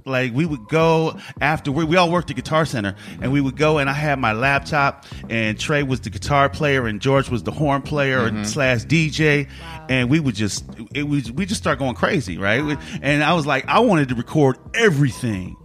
Speaker 2: like we would go after we, we all worked at Guitar Center and we would go and I had my laptop and Trey was the guitar player and George was the horn player slash DJ and we would just it was we just start going crazy right and I was like I wanted to record everything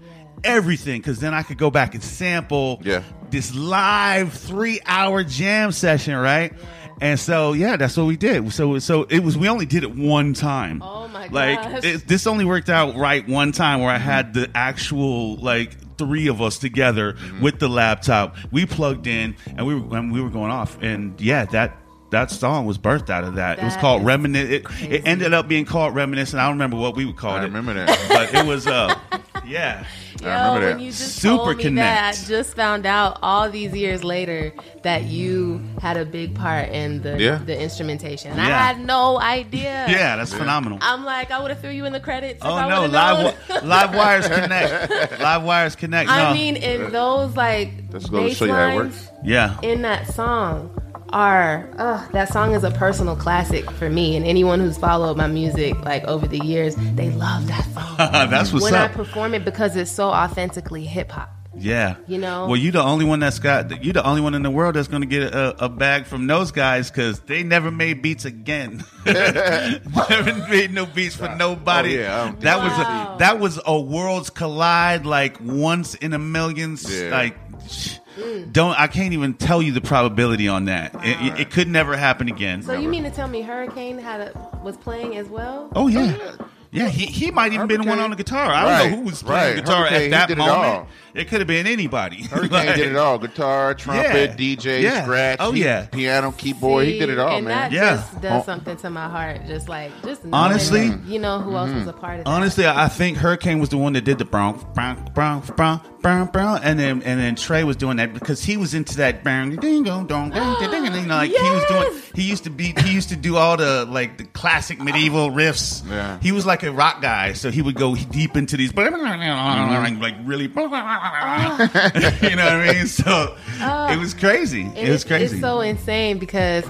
Speaker 2: everything because then I could go back and sample
Speaker 3: Yeah.
Speaker 2: this live three hour jam session right. And so, yeah, that's what we did. So, so it was. We only did it one time.
Speaker 4: Oh, my gosh.
Speaker 2: Like it, this only worked out right one time where I had the actual like three of us together
Speaker 3: Mm-hmm.
Speaker 2: with the laptop. We plugged in and we were and we were going off. And yeah, that that song was birthed out of that. it was
Speaker 4: That
Speaker 2: called
Speaker 4: is
Speaker 2: Reminisce. It,
Speaker 4: crazy.
Speaker 2: it ended up being called Reminiscent. I don't remember what we would call
Speaker 3: I
Speaker 2: it.
Speaker 3: remember that.
Speaker 2: but it was uh, yeah.
Speaker 4: Yo,
Speaker 3: remember
Speaker 4: when
Speaker 3: that.
Speaker 4: you just
Speaker 2: Super
Speaker 4: told me
Speaker 2: Connect.
Speaker 4: that, just found out all these years later that you had a big part in the
Speaker 3: Yeah.
Speaker 4: the instrumentation. And
Speaker 2: Yeah.
Speaker 4: I had no idea.
Speaker 2: Yeah, that's phenomenal.
Speaker 4: I'm like, I would have threw you in the credits. if
Speaker 2: Oh
Speaker 4: I
Speaker 2: no,
Speaker 4: would've
Speaker 2: live
Speaker 4: known.
Speaker 2: wi- live wires connect. Live wires connect.
Speaker 4: I
Speaker 2: no.
Speaker 4: mean, in those like
Speaker 3: That's gonna show you how it
Speaker 4: bass
Speaker 3: works.
Speaker 4: lines
Speaker 2: yeah.
Speaker 4: in that song are ugh, that song is a personal classic for me and anyone who's followed my music like over the years they love that song
Speaker 2: that's what's
Speaker 4: when
Speaker 2: up.
Speaker 4: i perform it because it's so authentically hip-hop
Speaker 2: Yeah,
Speaker 4: You know?
Speaker 2: Well, you the only one that's got. You the only one in the world that's going to get a, a bag from those guys because they never made beats again. never made no beats for nobody.
Speaker 3: Oh, yeah, I don't
Speaker 2: that
Speaker 3: think
Speaker 2: was
Speaker 4: Wow.
Speaker 2: a, that was a worlds collide like once in a million. s-
Speaker 3: Yeah.
Speaker 2: Like sh-
Speaker 4: Mm.
Speaker 2: don't I can't even tell you the probability on that. It, it, it could never happen again.
Speaker 4: so you mean to tell me hurricane had a was playing as well
Speaker 2: oh yeah. Yeah, he, he might even been the one
Speaker 3: Hurricane-
Speaker 2: on the guitar. I don't know
Speaker 3: Right,
Speaker 2: who was playing
Speaker 3: right.
Speaker 2: guitar
Speaker 3: Hurricane, he
Speaker 2: at that
Speaker 3: did it all.
Speaker 2: moment. It, could have been anybody.
Speaker 3: Hurricane
Speaker 2: Like-
Speaker 3: did it all: guitar, trumpet,
Speaker 2: Yeah.
Speaker 3: DJ,
Speaker 2: Yeah.
Speaker 3: scratch,
Speaker 2: Oh,
Speaker 3: he-
Speaker 2: yeah.
Speaker 3: piano, keyboard. he
Speaker 4: See,
Speaker 3: did it all,
Speaker 4: and
Speaker 3: man.
Speaker 4: That
Speaker 2: Yeah.
Speaker 4: just does
Speaker 3: Oh.
Speaker 4: something to my heart. Just like, just knowing
Speaker 2: Honestly?
Speaker 4: that you know who else
Speaker 3: mm-hmm.
Speaker 4: was a part of that.
Speaker 2: Honestly, I think Hurricane was the one that did the brown, brown, brown, brown, brown, brown, and then and then Trey was doing that because he was into that brown, ding dong, dong, ding, ding, ding, and you know, like he was doing.
Speaker 4: Yes!
Speaker 2: He used to be. He used to do all the like the classic medieval riffs.
Speaker 3: Yeah.
Speaker 2: He was like a rock guy, so he would go deep into these, like really, you know what I mean? So it was crazy. It,
Speaker 4: And
Speaker 2: was crazy.
Speaker 4: It's Ah. so insane because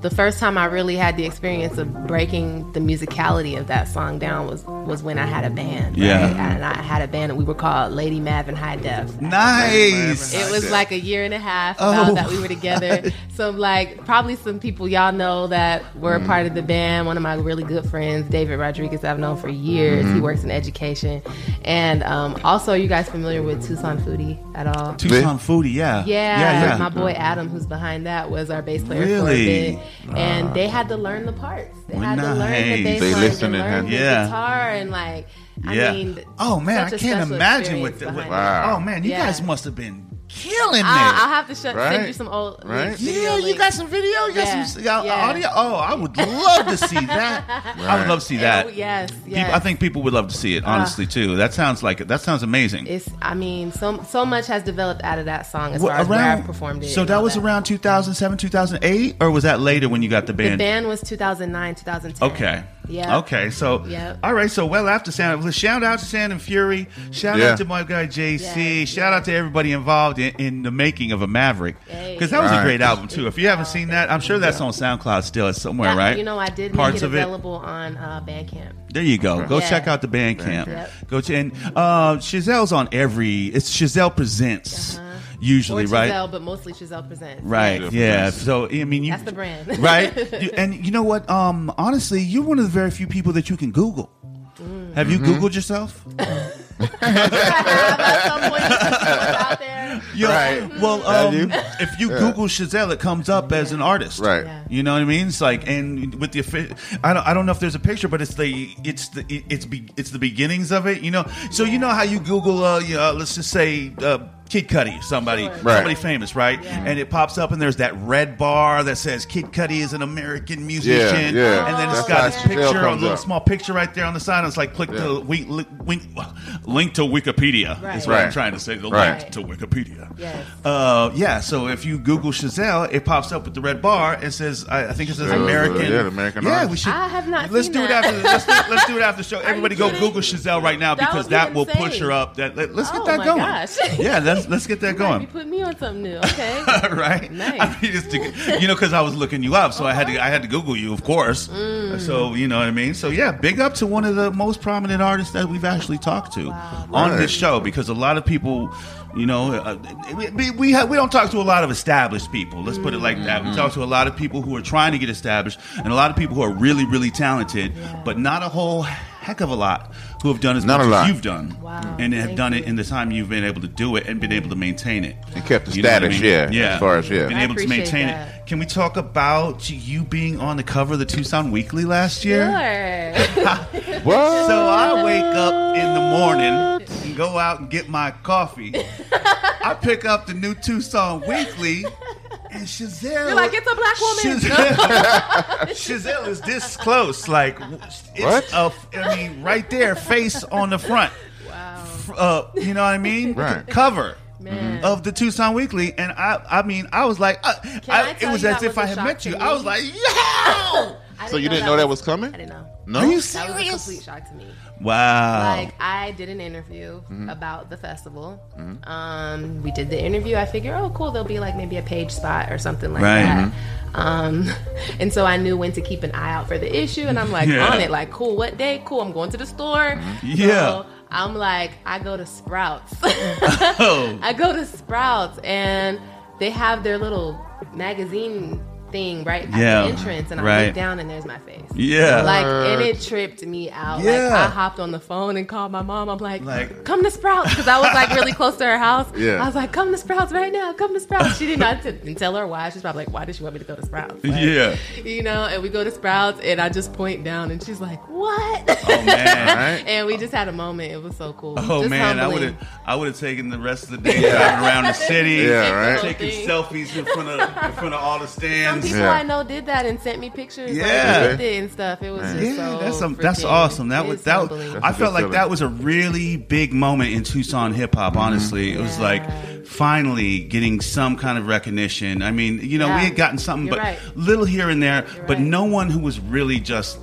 Speaker 4: the first time I really had the experience of breaking the musicality of that song down was was when I had a band. right?
Speaker 2: Yeah.
Speaker 4: and I had a band that we were called Lady Mav and High Def.
Speaker 2: nice.
Speaker 4: It was like a year and a half
Speaker 2: Oh,
Speaker 4: about that we were together. so like probably some people y'all know that were
Speaker 2: Mm.
Speaker 4: a part of the band. One of my really good friends, David Rodriguez, I've known for years.
Speaker 2: Mm-hmm.
Speaker 4: He works in education, and um, also are you guys familiar with Tucson Foodie at all?
Speaker 2: Tucson foodie. Yeah.
Speaker 4: Yeah,
Speaker 2: Yeah.
Speaker 4: my boy Adam, who's behind that, was our bass player for
Speaker 2: Really? Ah.
Speaker 4: a bit, and they had to learn the parts. They had to learn the
Speaker 2: Nice.
Speaker 4: bass
Speaker 2: They
Speaker 4: lines
Speaker 3: listened and
Speaker 4: and learn
Speaker 3: had-
Speaker 4: the
Speaker 2: Yeah.
Speaker 4: guitar and like. I
Speaker 2: yeah.
Speaker 4: mean, th-
Speaker 2: oh man,
Speaker 4: such
Speaker 2: I
Speaker 4: a
Speaker 2: can't
Speaker 4: special
Speaker 2: imagine what the.
Speaker 4: experience
Speaker 2: With,
Speaker 4: behind
Speaker 3: Wow.
Speaker 2: Oh man, you
Speaker 4: Yeah.
Speaker 2: guys must have been killing it.
Speaker 4: I'll, I'll have to show, send you
Speaker 3: Right?
Speaker 4: some old
Speaker 3: Right?
Speaker 4: video
Speaker 2: yeah, you
Speaker 4: links.
Speaker 2: got some video. You got
Speaker 4: Yeah,
Speaker 2: some you got
Speaker 4: yeah.
Speaker 2: audio. Oh, I would love to see that. I would
Speaker 3: Right.
Speaker 2: love to see that.
Speaker 4: Oh, Uh-huh. yes,
Speaker 2: People-
Speaker 4: yes.
Speaker 2: I think people would love to see it. Honestly, too. That sounds like that sounds amazing.
Speaker 4: it's. I mean, so so much has developed out of that song as
Speaker 2: Well,
Speaker 4: far as where I've performed it.
Speaker 2: so
Speaker 4: and
Speaker 2: that
Speaker 4: all
Speaker 2: was around 2007, 2008, or was that later when you got the
Speaker 4: The
Speaker 2: band?
Speaker 4: band was 2009, 2010.
Speaker 2: Okay.
Speaker 4: Yeah.
Speaker 2: Okay. So.
Speaker 4: Yep.
Speaker 2: All right. So well after Sound, shout out to Sand and Fury. Shout
Speaker 3: Yeah.
Speaker 2: out to my guy JC.
Speaker 4: Yeah,
Speaker 2: shout out to everybody involved in, in the making of a Maverick
Speaker 4: Hey.
Speaker 2: because that was a
Speaker 3: Right.
Speaker 2: great album too. If you haven't seen that, I'm sure that's on SoundCloud still. It's somewhere,
Speaker 4: That-
Speaker 2: right?
Speaker 4: You know, I did make
Speaker 2: Parts
Speaker 4: it
Speaker 2: of it.
Speaker 4: available on uh, Bandcamp.
Speaker 2: There you go. Go
Speaker 4: Yeah.
Speaker 2: check out the band camp.
Speaker 4: Yep.
Speaker 2: Go to and uh, Chazelle's on every. It's Chazelle presents
Speaker 4: Uh-huh. Or
Speaker 2: usually, right?
Speaker 4: Giselle, but mostly Giselle Presents.
Speaker 2: Right.
Speaker 3: Giselle
Speaker 2: Yeah.
Speaker 3: Presents.
Speaker 2: So I mean, you,
Speaker 4: That's the brand.
Speaker 2: right? You- and you know what? Um, honestly, you're one of the very few people that you can Google.
Speaker 4: Mm.
Speaker 2: Have you
Speaker 3: Mm-hmm.
Speaker 2: Googled yourself?
Speaker 4: At some point, it's out there.
Speaker 2: Yo,
Speaker 3: Right.
Speaker 2: Well,
Speaker 3: Have
Speaker 2: um,
Speaker 3: you?
Speaker 2: if you Google Chazelle, it comes up as an artist.
Speaker 3: Right.
Speaker 4: Yeah.
Speaker 2: You know what I mean? It's like, and with the, offi- I don't, I don't know if there's a picture, but it's the, it's the, it's be, it's the beginnings of it. You know, so you know how you Google, uh, you know, let's just say, uh, Kid Cudi, somebody,
Speaker 3: Right.
Speaker 2: somebody famous, right? And it pops up, and there's that red bar that says Kid Cudi is an American musician,
Speaker 3: yeah.
Speaker 2: and then
Speaker 3: That's
Speaker 2: it's got
Speaker 3: how
Speaker 2: this
Speaker 3: the trail
Speaker 2: picture, a
Speaker 3: comes
Speaker 2: little
Speaker 3: up.
Speaker 2: small picture right there on the side. And it's like click
Speaker 3: Yeah.
Speaker 2: the link, link, link to Wikipedia. Is
Speaker 4: Right.
Speaker 2: what I'm
Speaker 3: Right.
Speaker 2: trying to say. The
Speaker 3: Right.
Speaker 2: link to Wikipedia.
Speaker 4: Yes.
Speaker 2: Uh, yeah. So if you Google Chazelle, it pops up with the red bar. It says, I, I think it says
Speaker 3: Chazelle,
Speaker 2: American.
Speaker 3: yeah, American
Speaker 2: Yeah,
Speaker 3: artist.
Speaker 2: we should.
Speaker 4: I have not
Speaker 2: Let's
Speaker 4: seen
Speaker 2: do
Speaker 4: that.
Speaker 2: it after. Let's do, let's do it after the show. Everybody go
Speaker 4: kidding?
Speaker 2: Google Chazelle right now
Speaker 4: That
Speaker 2: because
Speaker 4: would be
Speaker 2: that will
Speaker 4: insane.
Speaker 2: push her up. That let, us
Speaker 4: Oh
Speaker 2: get that
Speaker 4: my
Speaker 2: going.
Speaker 4: gosh.
Speaker 2: Yeah, let's let's get that
Speaker 4: You
Speaker 2: going.
Speaker 4: put me on something new, okay?
Speaker 2: right?
Speaker 4: Nice.
Speaker 2: I mean, just to, you know, because I was looking you up, so I had to I had to Google you, of course.
Speaker 4: Mm.
Speaker 2: So you know what I mean. So yeah, big up to one of the most prominent artists that we've actually talked to on
Speaker 3: Right.
Speaker 2: this show, because a lot of people, you know, uh, we we, we, ha- we don't talk to a lot of established people. Let's put it like that. We talk
Speaker 4: Mm-hmm.
Speaker 2: to a lot of people who are trying to get established, and a lot of people who are really really talented, but not a whole heck of a lot who have done as
Speaker 3: Not
Speaker 2: much
Speaker 3: a lot.
Speaker 2: as you've done,
Speaker 4: Wow.
Speaker 2: and have
Speaker 4: Thank
Speaker 2: done it
Speaker 4: you.
Speaker 2: in the time you've been able to do it and been able to maintain it
Speaker 3: And kept the
Speaker 2: You know what I
Speaker 3: status,
Speaker 2: mean?
Speaker 3: yeah, as far as, yeah.
Speaker 2: Been
Speaker 3: I
Speaker 2: able to
Speaker 4: appreciate
Speaker 2: maintain it.
Speaker 4: that.
Speaker 2: Can we talk about you being on the cover of the Tucson Weekly last year?
Speaker 4: Sure.
Speaker 3: What?
Speaker 2: So I wake up in the morning and go out and get my coffee. I pick up the new Tucson Weekly. And Chazelle,
Speaker 4: You're like, "It's a black woman."
Speaker 2: Chazelle, Chazelle is this close, like it's
Speaker 3: What?
Speaker 2: a, I mean, right there, face on the front.
Speaker 4: wow.
Speaker 2: Uh, you know what I mean?
Speaker 3: Right.
Speaker 2: Cover
Speaker 4: Man.
Speaker 3: Oh,
Speaker 2: of the Tucson Weekly, and I, I mean, I was like, uh,
Speaker 4: I
Speaker 2: I, it
Speaker 4: tell
Speaker 2: was
Speaker 4: you
Speaker 2: as
Speaker 4: that
Speaker 2: if
Speaker 4: was
Speaker 2: I
Speaker 4: a
Speaker 2: had
Speaker 4: shock
Speaker 2: met
Speaker 4: to
Speaker 2: you.
Speaker 4: me?
Speaker 2: I was like, yo,
Speaker 4: I
Speaker 3: So you didn't know that was
Speaker 4: I
Speaker 3: coming?
Speaker 4: didn't know.
Speaker 3: No.
Speaker 2: are you
Speaker 4: That was a complete
Speaker 2: serious?
Speaker 4: shock to me.
Speaker 3: Oh.
Speaker 2: Wow.
Speaker 4: Like I did an interview
Speaker 3: Mm-hmm.
Speaker 4: about the festival. Um, we did the interview. I figure, oh, cool. There'll be like maybe a page spot or something like
Speaker 2: Right.
Speaker 4: that.
Speaker 3: Mm-hmm.
Speaker 4: Um, and so I knew when to keep an eye out for the issue, and I'm like
Speaker 2: Yeah.
Speaker 4: on it. Like, cool. What day? Cool. I'm going to the store.
Speaker 3: Mm-hmm.
Speaker 2: Yeah.
Speaker 4: So I'm like, I go to Sprouts.
Speaker 2: oh,
Speaker 4: I go to Sprouts and they have their little magazine thing right at
Speaker 2: Yeah,
Speaker 4: the entrance and I
Speaker 2: right.
Speaker 4: look down and there's my face.
Speaker 2: Yeah.
Speaker 4: Like and it tripped me out. Like
Speaker 2: Yeah.
Speaker 4: I hopped on the phone and called my mom. I'm like,
Speaker 2: Like-
Speaker 4: come to Sprouts because I was like really close to her house.
Speaker 3: Yeah.
Speaker 4: I was like, come to Sprouts right now. Come to Sprouts. She did not t- and tell her why. She's probably like, why did she want me to go to Sprouts? Like,
Speaker 2: yeah.
Speaker 4: You know, and we go to Sprouts and I just point down and she's like, what?
Speaker 2: Oh man.
Speaker 3: Right?
Speaker 4: and we just had a moment. It was so cool.
Speaker 2: Oh
Speaker 4: Just
Speaker 2: man, I would
Speaker 4: humbling.
Speaker 2: have, I would have taken the rest of the day driving around the city,
Speaker 3: Yeah, right.
Speaker 2: taking
Speaker 4: Thing.
Speaker 2: selfies in front of in front of all the
Speaker 4: Some
Speaker 2: stands.
Speaker 4: people
Speaker 3: Yeah.
Speaker 4: I know did that and sent me pictures. like,
Speaker 2: Yeah.
Speaker 4: with it and stuff. It was
Speaker 2: Yeah,
Speaker 4: just so
Speaker 2: that's some, that's
Speaker 4: freaking-
Speaker 2: awesome. That
Speaker 4: it
Speaker 2: was
Speaker 4: is
Speaker 2: that. Was,
Speaker 4: unbelievable.
Speaker 2: I
Speaker 3: That's
Speaker 2: felt
Speaker 3: a good
Speaker 2: like
Speaker 3: feeling. Mm-hmm.
Speaker 2: that was a really big moment in Tucson hip hop. Honestly, it was
Speaker 4: Yeah.
Speaker 2: like finally getting some kind of recognition. I mean, you know,
Speaker 4: Yeah.
Speaker 2: we had gotten something,
Speaker 4: You're
Speaker 2: but
Speaker 4: right.
Speaker 2: little here and there, but
Speaker 4: right.
Speaker 2: no one who was really just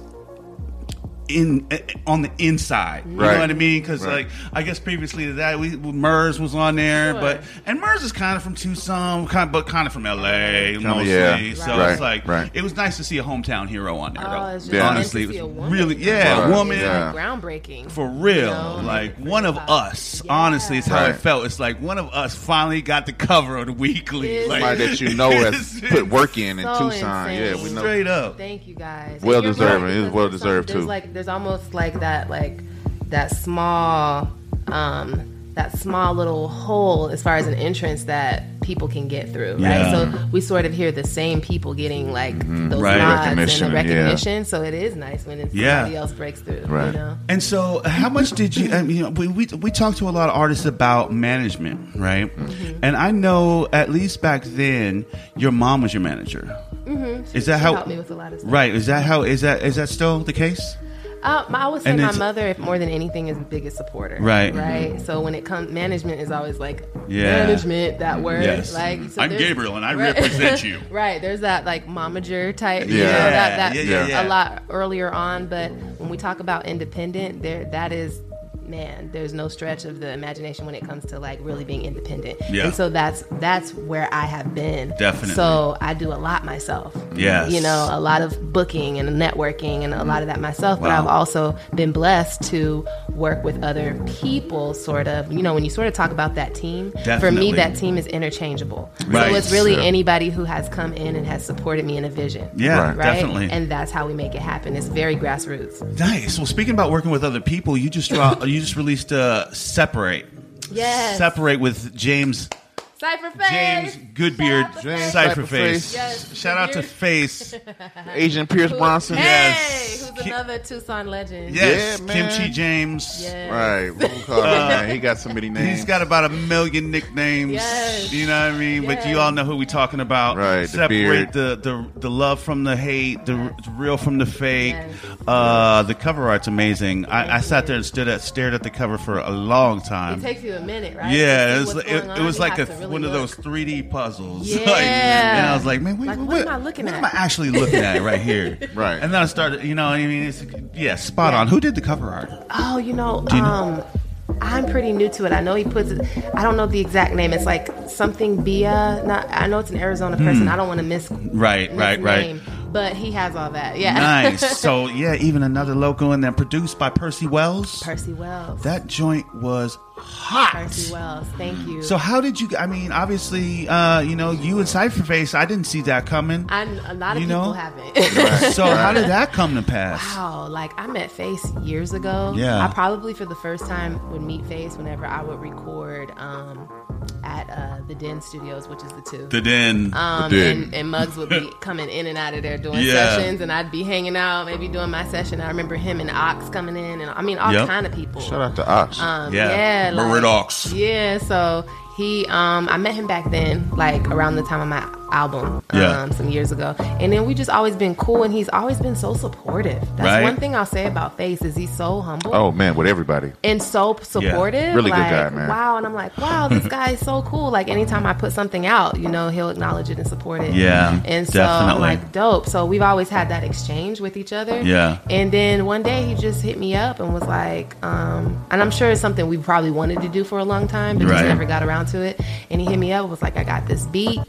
Speaker 2: in eh, on the inside. You know
Speaker 3: Right.
Speaker 2: what I mean? Because
Speaker 3: Right.
Speaker 2: like I guess previously to that, we Murs was on there,
Speaker 4: Sure.
Speaker 2: but and Murs is kind of from Tucson, kind but kind of from L.A. mostly.
Speaker 3: yeah.
Speaker 2: So
Speaker 3: Right.
Speaker 2: it's like
Speaker 3: Right.
Speaker 2: it was nice to see a hometown hero on there.
Speaker 4: Oh,
Speaker 2: though.
Speaker 4: it's just
Speaker 3: Yeah.
Speaker 2: Honestly,
Speaker 4: nice
Speaker 2: it
Speaker 4: to
Speaker 2: was
Speaker 4: see a woman.
Speaker 2: really yeah,
Speaker 3: Right.
Speaker 2: woman
Speaker 3: Yeah.
Speaker 4: Like, groundbreaking.
Speaker 2: for real,
Speaker 4: No,
Speaker 2: like
Speaker 4: for
Speaker 2: one of
Speaker 4: hip-hop.
Speaker 2: us.
Speaker 4: Yeah.
Speaker 2: Honestly, it's how I
Speaker 3: Right.
Speaker 2: felt. It's like one of us finally got the cover of the weekly.
Speaker 4: It's-
Speaker 2: Like,
Speaker 3: Somebody that you know has
Speaker 2: it's-
Speaker 3: put work in in
Speaker 4: So
Speaker 3: Tucson.
Speaker 4: insane.
Speaker 3: Yeah, we know.
Speaker 2: straight up.
Speaker 4: Thank you guys. And
Speaker 3: Well
Speaker 4: you're
Speaker 3: deserved.
Speaker 4: right,
Speaker 3: It was
Speaker 4: because
Speaker 3: well
Speaker 4: there's
Speaker 3: deserved,
Speaker 4: some- There's
Speaker 3: too.
Speaker 4: like there's almost like that like that small um that small little hole as far as an entrance that people can get through, right?
Speaker 2: Yeah.
Speaker 4: So we sort of hear the same people getting like those
Speaker 2: Right.
Speaker 4: nods
Speaker 3: Mm-hmm. Recognition,
Speaker 4: and
Speaker 3: yeah.
Speaker 4: the recognition. So it is nice when it's
Speaker 2: Yeah.
Speaker 4: somebody else breaks through. You
Speaker 3: Right.
Speaker 4: know?
Speaker 2: And so, how much did you? I mean, you know, we we we talked to a lot of artists about management, right?
Speaker 4: Mm-hmm.
Speaker 2: And I know at least back then, your mom was your manager. Is that
Speaker 4: Mm-hmm. She
Speaker 2: how?
Speaker 4: helped me with a lot of stuff.
Speaker 2: Right? Is that how? Is that is that still the case?
Speaker 4: Uh, my- I would say
Speaker 2: And
Speaker 4: my
Speaker 2: it's-
Speaker 4: mother, if more than anything, is the biggest supporter.
Speaker 2: Right.
Speaker 4: Right. So when it comes, management is always like
Speaker 2: Yeah.
Speaker 4: management. That word.
Speaker 2: Yes.
Speaker 4: Like so
Speaker 2: I'm
Speaker 4: there's-
Speaker 2: Gabriel and I represent you.
Speaker 4: right. There's that like momager type. you
Speaker 3: Yeah.
Speaker 4: know, that, that
Speaker 2: Yeah, yeah, yeah.
Speaker 4: A lot earlier on, but when we talk about independent, there that is. Man, there's no stretch of the imagination when it comes to like really being independent,
Speaker 2: Yeah.
Speaker 4: and so that's that's where I have been.
Speaker 2: Definitely.
Speaker 4: So I do a lot myself.
Speaker 2: Yes.
Speaker 4: you know, a lot of booking and networking and a lot of that myself. But
Speaker 2: Wow.
Speaker 4: I've also been blessed to work with other people, sort of. You know, when you sort of talk about that team, for
Speaker 2: Definitely.
Speaker 4: me, that team is interchangeable.
Speaker 2: Right.
Speaker 4: So it's really
Speaker 3: Sure.
Speaker 4: anybody who has come in and has supported me in a vision.
Speaker 2: Yeah,
Speaker 3: Right.
Speaker 4: Right?
Speaker 2: definitely.
Speaker 4: And that's how we make it happen. It's very grassroots.
Speaker 2: Nice. Well, speaking about working with other people, you just dro- you just released uh, "Separate."
Speaker 4: Yes.
Speaker 2: Separate with James
Speaker 4: Cypherface.
Speaker 2: James Goodbeard
Speaker 3: James
Speaker 2: Cypherface.
Speaker 3: Cypherface.
Speaker 4: Yes,
Speaker 2: Shout out to
Speaker 4: Goodbeard.
Speaker 2: Face.
Speaker 3: Asian Pierce Bronson.
Speaker 4: Hey,
Speaker 2: Yes.
Speaker 4: who's another Tucson legend?
Speaker 2: Yes,
Speaker 3: Yeah, man.
Speaker 2: Kimchi James.
Speaker 4: Yes.
Speaker 3: Right. Roll call, man. He got so many names.
Speaker 2: He's got about a million nicknames.
Speaker 4: Yes.
Speaker 2: You know what I mean? But you
Speaker 4: Yes.
Speaker 2: all know who we talking about.
Speaker 3: Right, the
Speaker 2: Separate
Speaker 3: beard.
Speaker 2: the, the, the love from the hate, the, r- the real from the fake.
Speaker 4: Yes.
Speaker 2: Uh, the cover art's amazing. I, I sat there and stood at, stared at the cover for a long time.
Speaker 4: It takes you a minute, right?
Speaker 2: Yeah,
Speaker 4: To
Speaker 2: it
Speaker 4: see
Speaker 2: was,
Speaker 4: what's
Speaker 2: it,
Speaker 4: going
Speaker 2: it
Speaker 4: on.
Speaker 2: was
Speaker 4: You
Speaker 2: like a,
Speaker 4: have to really
Speaker 2: one of
Speaker 4: look.
Speaker 2: those 3D puzzles.
Speaker 4: Yeah.
Speaker 2: Like, and I was like, man, wait,
Speaker 4: Like,
Speaker 2: what,
Speaker 4: what am I looking
Speaker 2: what
Speaker 4: at?
Speaker 2: am I actually looking at right here?
Speaker 3: Right.
Speaker 2: And then I started, you know what I mean? It's, yeah, spot on. Who did the cover art?
Speaker 4: Oh, you know,
Speaker 2: you know-
Speaker 4: um, I'm pretty new to it. I know he puts it. I don't know the exact name. It's like something Bia. Not. I know it's an Arizona
Speaker 2: Hmm.
Speaker 4: person. I don't want to miss.
Speaker 2: Right, right, right.
Speaker 4: name, But he has all that. Yeah.
Speaker 2: Nice. So, yeah, even another logo and then produced by Percy Wells.
Speaker 4: Percy Wells.
Speaker 2: that joint was hot.
Speaker 4: Percy Wells. Thank you.
Speaker 2: So, how did you? I mean, obviously, uh, you know, you and Cypherface, I didn't see that coming.
Speaker 4: I, a lot of
Speaker 2: you
Speaker 4: people
Speaker 2: know?
Speaker 4: haven't.
Speaker 2: so, how did that come to pass?
Speaker 4: Wow, like I met Face years ago.
Speaker 2: Yeah.
Speaker 4: I probably for the first time would meet Face whenever I would record um, at uh, the Den Studios, which is the two.
Speaker 2: The Den.
Speaker 4: um,
Speaker 3: The Den.
Speaker 4: and, and Muggs would be coming in and out of there doing
Speaker 2: Yeah.
Speaker 4: sessions, and I'd be hanging out, maybe doing my session. I remember him and Ox coming in, and I mean all
Speaker 2: Yep.
Speaker 4: kind of people.
Speaker 3: Shout out to Ox.
Speaker 4: Um,
Speaker 2: Yeah.
Speaker 4: yeah,
Speaker 2: Marit Ox.
Speaker 4: Yeah, so he, um, I met him back then, like around the time of my album, um,
Speaker 2: Yeah.
Speaker 4: some years ago, and then we just always been cool, and he's always been so supportive. That's
Speaker 2: Right.
Speaker 4: one thing I'll say about Face is he's so humble
Speaker 3: oh man, with everybody.
Speaker 4: and so supportive.
Speaker 3: Really good
Speaker 4: like,
Speaker 3: guy, man.
Speaker 4: Wow, and I'm like, wow, this guy is so cool. Like anytime I put something out, you know, he'll acknowledge it and support it.
Speaker 2: Yeah,
Speaker 4: and so
Speaker 2: definitely.
Speaker 4: I'm like, dope. So we've always had that exchange with each other.
Speaker 2: Yeah.
Speaker 4: And then one day he just hit me up and was like, um, and I'm sure it's something we probably wanted to do for a long time, but
Speaker 2: Right.
Speaker 4: just never got around to it. And he hit me up and was like, I got this beat.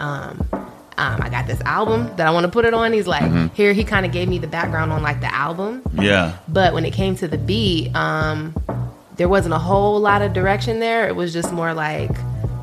Speaker 4: Um, um, I got this album that I want to put it on. He's like, here. He kind of gave me the background on like the album.
Speaker 2: yeah.
Speaker 4: But when it came to the beat, um, there wasn't a whole lot of direction there. It was just more like,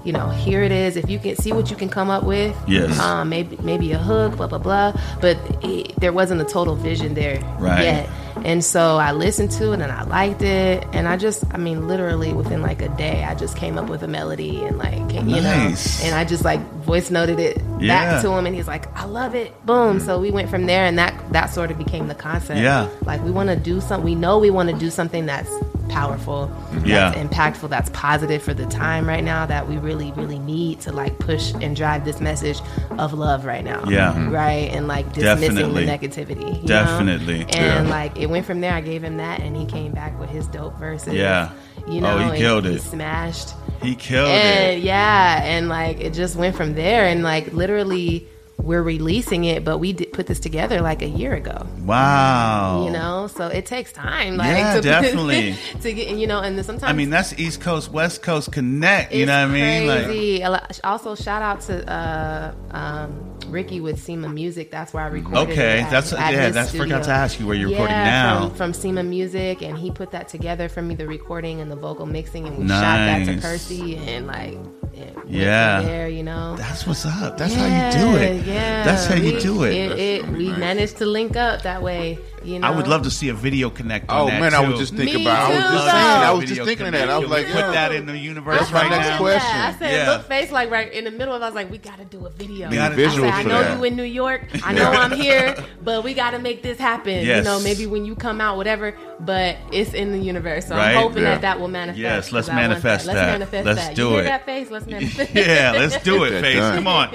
Speaker 4: you know, here it is. If you can see what you can come up with,
Speaker 2: Yes.
Speaker 4: Um, maybe maybe a hook, blah blah blah. But it, there wasn't a total vision there
Speaker 2: Right.
Speaker 4: yet. And so I listened to it and I liked it. And I just, I mean, literally within like a day, I just came up with a melody and like, you
Speaker 2: Nice.
Speaker 4: know, and I just like voice noted it
Speaker 2: Yeah. Mm.
Speaker 4: back to him, and he's like, I love it. Boom. So we went from there, and that that sort of became the concept
Speaker 2: Yeah.
Speaker 4: like we want to do something we know we want to do something that's powerful
Speaker 2: Mm-hmm. Yeah.
Speaker 4: that's impactful that's positive for the time right now that we really really need to like push and drive this message of love right now
Speaker 2: Yeah. Mhm.
Speaker 4: right and like dismissing
Speaker 2: Definitely.
Speaker 4: the negativity you know?
Speaker 2: Definitely.
Speaker 4: and
Speaker 3: Yeah.
Speaker 4: like it went from there i gave him that and he came back with his dope verses
Speaker 2: Yeah.
Speaker 4: you
Speaker 2: Oh,
Speaker 4: know
Speaker 2: he
Speaker 4: and
Speaker 2: killed it. Oh,
Speaker 4: smashed
Speaker 2: He killed it.
Speaker 4: and yeah and like it just went from there and like literally we're releasing it but we did put this together like a year ago
Speaker 2: Wow.
Speaker 4: you know so it takes time like
Speaker 2: Oh. Yeah,
Speaker 4: to,
Speaker 2: definitely.
Speaker 4: to get you know and then sometimes
Speaker 2: I mean, that's East Coast, West Coast connect. You
Speaker 4: it's
Speaker 2: know what I mean?
Speaker 4: crazy. A lot- also shout out to uh um ricky with sema music that's where i recorded
Speaker 2: okay,
Speaker 4: it at-
Speaker 2: that's
Speaker 4: at
Speaker 2: yeah.
Speaker 4: his
Speaker 2: That's
Speaker 4: studio.
Speaker 2: forgot to ask you where you're recording
Speaker 4: Yeah,
Speaker 2: now.
Speaker 4: from, from SEMA Music, and he put that together for me, the recording and the vocal mixing, and we shot that to
Speaker 2: Nice.
Speaker 4: Percy, and like, it went
Speaker 2: Yeah.
Speaker 4: from there, you know.
Speaker 2: that's what's up. That's how you do it.
Speaker 4: Yeah,
Speaker 2: That's how you
Speaker 4: we-
Speaker 2: do it.
Speaker 4: it, it-
Speaker 3: That's
Speaker 4: we
Speaker 3: nice.
Speaker 4: managed to link up that way, you know.
Speaker 2: I would love to see a video connect. On
Speaker 3: Oh
Speaker 2: that,
Speaker 3: man, I was
Speaker 2: too.
Speaker 3: just thinking
Speaker 4: Me
Speaker 3: about. I was
Speaker 4: too,
Speaker 3: just
Speaker 4: though.
Speaker 3: saying. I was
Speaker 2: Video
Speaker 3: just thinking of
Speaker 2: connect.
Speaker 3: that. I was
Speaker 2: Can
Speaker 3: like,
Speaker 2: we
Speaker 3: yeah.
Speaker 2: put that in the universe
Speaker 3: That's my
Speaker 2: right
Speaker 3: next
Speaker 4: Yeah,
Speaker 2: now.
Speaker 3: question.
Speaker 4: I said,
Speaker 2: Yeah.
Speaker 4: look, face like right in the middle of. it, I was like, we gotta do a video.
Speaker 2: We gotta
Speaker 4: I
Speaker 2: do
Speaker 4: said,
Speaker 2: visuals
Speaker 4: I
Speaker 2: for
Speaker 4: know
Speaker 2: that.
Speaker 4: you in New York. I know I'm here, but we gotta make this happen.
Speaker 2: Yes.
Speaker 4: You know, maybe when you come out, whatever. But it's in the universe, so
Speaker 2: Right?
Speaker 4: I'm hoping
Speaker 3: Yeah.
Speaker 4: that that will manifest.
Speaker 2: Yes, let's
Speaker 4: 'cause I want
Speaker 2: manifest
Speaker 4: Let's
Speaker 2: that.
Speaker 4: manifest
Speaker 2: Let's
Speaker 4: that.
Speaker 2: do
Speaker 4: you
Speaker 2: it.
Speaker 4: Hear that face? Let's manifest.
Speaker 2: Yeah, let's do it,
Speaker 3: that
Speaker 2: Face.
Speaker 3: done.
Speaker 2: Come on.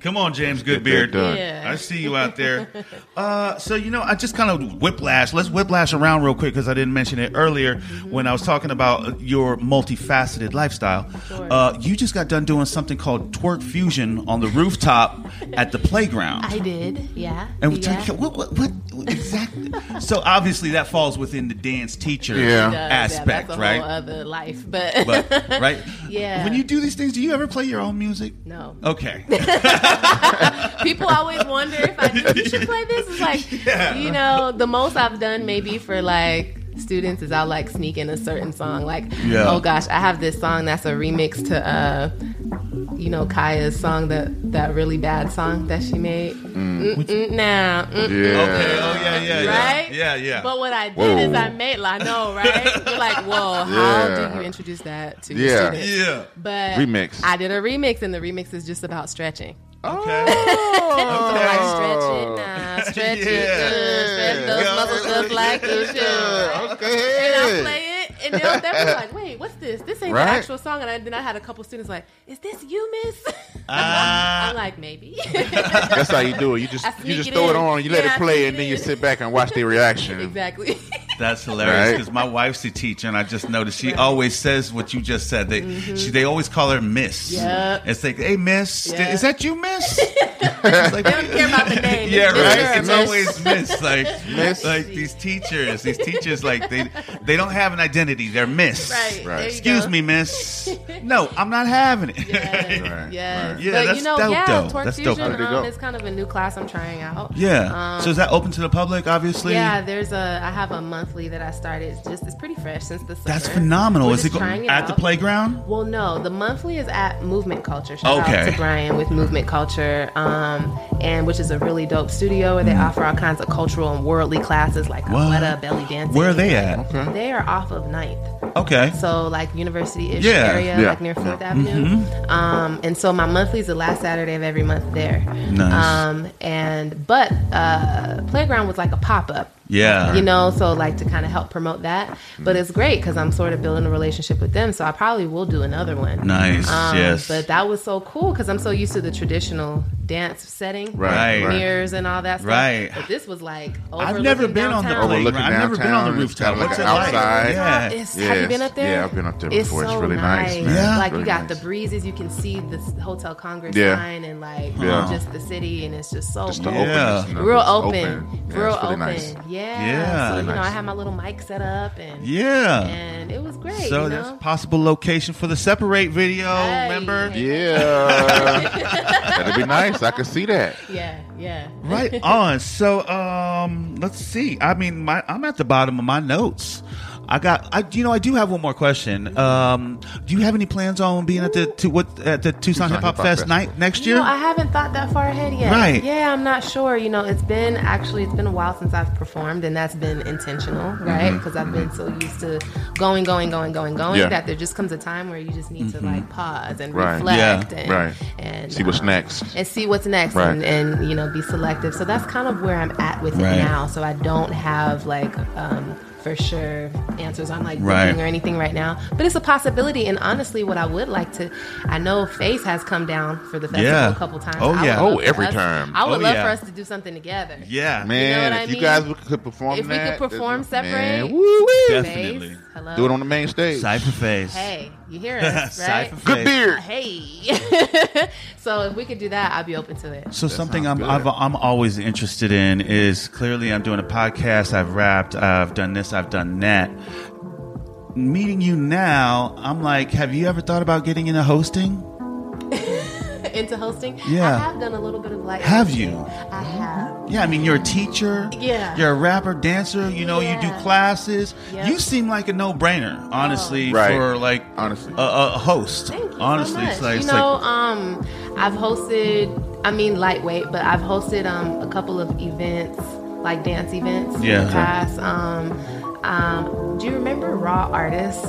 Speaker 2: Come on, James
Speaker 3: that
Speaker 2: Goodbeard.
Speaker 3: done.
Speaker 4: Yeah.
Speaker 2: I see you out there. Uh, so, you know, I just kind of whiplash. Let's whiplash around real quick because I didn't mention it earlier when I was talking about your multifaceted lifestyle.
Speaker 4: Sure.
Speaker 2: Uh, you just got done doing something called twerk fusion on the rooftop at the playground.
Speaker 4: I did. Yeah.
Speaker 2: and
Speaker 4: yeah.
Speaker 2: twerk- what, what, what, exactly? so, obviously, that falls within the dance teacher
Speaker 3: Yeah. It
Speaker 4: Does,
Speaker 2: aspect,
Speaker 4: yeah, that's a
Speaker 2: right?
Speaker 4: Whole other life, but,
Speaker 2: but right?
Speaker 4: Yeah.
Speaker 2: When you do these things, do you ever play your own music?
Speaker 4: no.
Speaker 2: Okay.
Speaker 4: People always wonder if I do, you should play this. It's like,
Speaker 2: Yeah.
Speaker 4: you know, the most I've done maybe for like students is I'll like sneak in a certain song. Like,
Speaker 2: Yeah.
Speaker 4: oh gosh, I have this song that's a remix to uh, you know Kaya's song that that really bad song that she made. Mm. Now,
Speaker 2: Okay.
Speaker 3: Yeah.
Speaker 2: Oh yeah, yeah, yeah.
Speaker 4: right?
Speaker 2: Yeah, yeah.
Speaker 4: But what I did
Speaker 3: Whoa.
Speaker 4: is I made, I know, right? You're like, whoa, how
Speaker 3: Yeah.
Speaker 4: do you introduce that to
Speaker 3: Yeah.
Speaker 4: your students?
Speaker 2: yeah.
Speaker 4: But
Speaker 3: Remix.
Speaker 4: I did a remix, and the remix is just about stretching.
Speaker 2: Okay.
Speaker 4: So like stretch it now, stretch it,
Speaker 2: Oh. Yeah.
Speaker 4: uh, stretch those
Speaker 2: Yeah.
Speaker 4: muscles up like you should. right? And I
Speaker 3: Okay.
Speaker 4: play it, and they'll they'll be like, "Wait, what's this? This ain't
Speaker 3: Right.
Speaker 4: the actual song." And I, then I had a couple students like, "Is this you, Miss?"
Speaker 2: Ah.
Speaker 4: I'm like, "Maybe."
Speaker 3: That's how you do it. You
Speaker 4: I
Speaker 3: just you
Speaker 4: sneak
Speaker 3: just
Speaker 4: it
Speaker 3: throw it
Speaker 4: in.
Speaker 3: on, you let
Speaker 4: Yeah,
Speaker 3: it
Speaker 4: I
Speaker 3: play,
Speaker 4: sneak
Speaker 3: and
Speaker 4: it
Speaker 3: then you
Speaker 4: in.
Speaker 3: sit back and watch their reaction.
Speaker 4: exactly.
Speaker 2: That's hilarious
Speaker 3: Right.
Speaker 2: because my wife's a teacher, and I just noticed she always says what you just said. They she, they always call her Miss.
Speaker 4: Mm-hmm. Yep.
Speaker 2: It's like, hey, Miss,
Speaker 4: Yeah.
Speaker 2: is that you, Miss? It's like,
Speaker 4: They don't care about the name.
Speaker 2: yeah,
Speaker 4: It's just
Speaker 2: right.
Speaker 4: her,
Speaker 2: It's
Speaker 4: Miss.
Speaker 2: always Miss. Like,
Speaker 3: Miss.
Speaker 2: like these teachers, these teachers, like they they don't have an identity. They're Miss.
Speaker 4: Right.
Speaker 3: Right.
Speaker 4: there you
Speaker 2: Excuse
Speaker 4: go.
Speaker 2: me, Miss. No, I'm not having it.
Speaker 4: Yes.
Speaker 3: Right,
Speaker 4: yes.
Speaker 3: right.
Speaker 2: Yeah,
Speaker 4: but
Speaker 2: that's
Speaker 4: you know,
Speaker 2: dope,
Speaker 4: yeah,
Speaker 2: though.
Speaker 4: Torque
Speaker 2: That's dope.
Speaker 4: Fusion
Speaker 3: How'd it
Speaker 4: um,
Speaker 3: go?
Speaker 4: is kind of a new class I'm trying out. Um,
Speaker 2: Yeah. so is that open to the public? Obviously.
Speaker 4: Yeah, there's a. I have a monthly that I started. It's just it's pretty fresh since the summer.
Speaker 2: That's phenomenal.
Speaker 4: We're
Speaker 2: Is it,
Speaker 4: just
Speaker 2: go-
Speaker 4: trying
Speaker 2: at the
Speaker 4: out.
Speaker 2: playground?
Speaker 4: Well, no, the monthly is at Movement Culture. Shout
Speaker 2: Okay.
Speaker 4: out to Brian with Movement Culture, um, and which is a really dope studio where they offer all kinds of cultural and worldly classes like
Speaker 2: Mm-hmm. What?
Speaker 4: Aweta, belly dancing.
Speaker 2: Where are they at?
Speaker 4: They are off of Ninth,
Speaker 2: Okay.
Speaker 4: so like university-ish
Speaker 2: Yeah, Mm-hmm.
Speaker 4: area,
Speaker 3: yeah.
Speaker 4: like near Fourth Avenue. Um, and so my monthly is the last Saturday of every month there.
Speaker 2: Nice.
Speaker 4: Um, and but uh, playground was like a pop-up
Speaker 2: Yeah.
Speaker 4: you know so like to kind of help promote that but it's great because i'm sort of building a relationship with them so i probably will do another one
Speaker 2: Nice.
Speaker 4: Um,
Speaker 2: yes.
Speaker 4: but that was so cool because i'm so used to the traditional dance setting
Speaker 2: Right.
Speaker 3: Right. right.
Speaker 4: mirrors and all that stuff
Speaker 2: Right.
Speaker 4: but this was like
Speaker 2: I've never been on the
Speaker 4: downtown.
Speaker 3: Overlooking
Speaker 2: playground. I've never been on the
Speaker 3: downtown. It's
Speaker 2: rooftop.
Speaker 3: kinda
Speaker 2: What's it
Speaker 3: like
Speaker 2: like?
Speaker 3: outside.
Speaker 2: Yeah.
Speaker 4: It's, Have you
Speaker 3: Yes.
Speaker 4: been up there?
Speaker 3: Yeah, I've been up there
Speaker 4: It's
Speaker 3: before. It's
Speaker 4: so
Speaker 3: really nice, man.
Speaker 2: Yeah.
Speaker 4: Like
Speaker 3: Really
Speaker 4: you got
Speaker 3: nice.
Speaker 4: the breezes, you can see the s- Hotel Congress
Speaker 3: Yeah.
Speaker 4: sign and like
Speaker 3: Yeah.
Speaker 4: just the city, and it's just so
Speaker 3: Just the
Speaker 4: beautiful.
Speaker 3: openness, you know,
Speaker 4: real
Speaker 3: it's
Speaker 4: open,
Speaker 3: Yeah,
Speaker 4: real
Speaker 3: it's really
Speaker 4: open.
Speaker 3: nice.
Speaker 4: Yeah.
Speaker 2: Yeah.
Speaker 4: So you know,
Speaker 3: Nice.
Speaker 4: I had my little mic set up and
Speaker 2: yeah.
Speaker 4: and it was great.
Speaker 2: so
Speaker 4: you
Speaker 2: that's a
Speaker 4: know?
Speaker 2: possible location for the separate video.
Speaker 4: Right.
Speaker 2: Remember?
Speaker 3: Yeah. That'd be nice. I could see that.
Speaker 4: yeah, yeah.
Speaker 2: Right on. So um, let's see. I mean, my, I'm at the bottom of my notes. I got. I you know I do have one more question. Um, do you have any plans on being at the to what at the Tucson, Hip Hop Fest, night next year?
Speaker 4: You know, I haven't thought that far ahead yet.
Speaker 2: Right.
Speaker 4: Yeah, I'm not sure. You know, it's been actually it's been a while since I've performed, and that's been intentional,
Speaker 3: Mm-hmm,
Speaker 4: right? Because I've been so used to going, going, going, going, going
Speaker 3: Yeah. Mm-hmm.
Speaker 4: that there just comes a time where you just need to like pause and
Speaker 3: Right.
Speaker 4: reflect
Speaker 2: Yeah.
Speaker 4: and
Speaker 3: Right.
Speaker 4: and
Speaker 3: See what's
Speaker 4: um,
Speaker 3: next.
Speaker 4: and see what's next
Speaker 3: Right.
Speaker 4: and, and you know be selective so that's kind of where i'm at with
Speaker 2: Right.
Speaker 4: it now so i don't have like um, for sure answers on like
Speaker 2: Right.
Speaker 4: booking or anything right now but it's a possibility and honestly what i would like to i know face has come down for the festival
Speaker 2: Yeah.
Speaker 4: a couple times
Speaker 2: Oh,
Speaker 4: I would
Speaker 2: yeah.
Speaker 4: love
Speaker 3: Oh,
Speaker 4: for
Speaker 3: every
Speaker 4: us-
Speaker 3: time.
Speaker 4: i would
Speaker 2: Oh,
Speaker 4: love
Speaker 2: yeah.
Speaker 4: for us to do something together
Speaker 2: yeah,
Speaker 3: Man,
Speaker 4: what I
Speaker 3: if
Speaker 4: mean?
Speaker 3: you guys would- could perform
Speaker 4: if we
Speaker 3: that,
Speaker 4: could perform
Speaker 3: that- man,
Speaker 4: separate
Speaker 3: woo-wee.
Speaker 2: Definitely.
Speaker 4: Face, hello
Speaker 3: do it on the main stage.
Speaker 2: Cypher face.
Speaker 4: hey you hear us right
Speaker 2: Cypher
Speaker 3: Good
Speaker 2: face.
Speaker 3: beard.
Speaker 4: hey so if we could do that i'd be open to it
Speaker 2: So something I'm
Speaker 3: sounds
Speaker 2: I've,
Speaker 3: good.
Speaker 2: I'm always interested in is clearly I'm doing a podcast. I've rapped. I've done this. I've done that. Meeting you now, I'm like, have you ever thought about getting into hosting?
Speaker 4: into hosting.
Speaker 2: Yeah.
Speaker 4: I have done a little bit of like.
Speaker 2: Have you?
Speaker 4: I have.
Speaker 2: Yeah, I mean, you're a teacher.
Speaker 4: Yeah.
Speaker 2: You're a rapper, dancer. You know, you do
Speaker 4: Yeah.
Speaker 2: classes.
Speaker 4: Yep. Oh.
Speaker 2: You seem like a no-brainer, honestly,
Speaker 3: Right.
Speaker 2: for like
Speaker 3: Honestly.
Speaker 2: a, a a host.
Speaker 4: Thank you
Speaker 2: honestly,
Speaker 4: so much.
Speaker 2: it's like,
Speaker 4: you
Speaker 2: it's
Speaker 4: know,
Speaker 2: like
Speaker 4: um, I've hosted. I mean, lightweight, but I've hosted um a couple of events, like dance events.
Speaker 2: Yeah.
Speaker 4: In the past. Um, um, do you remember Raw Artists?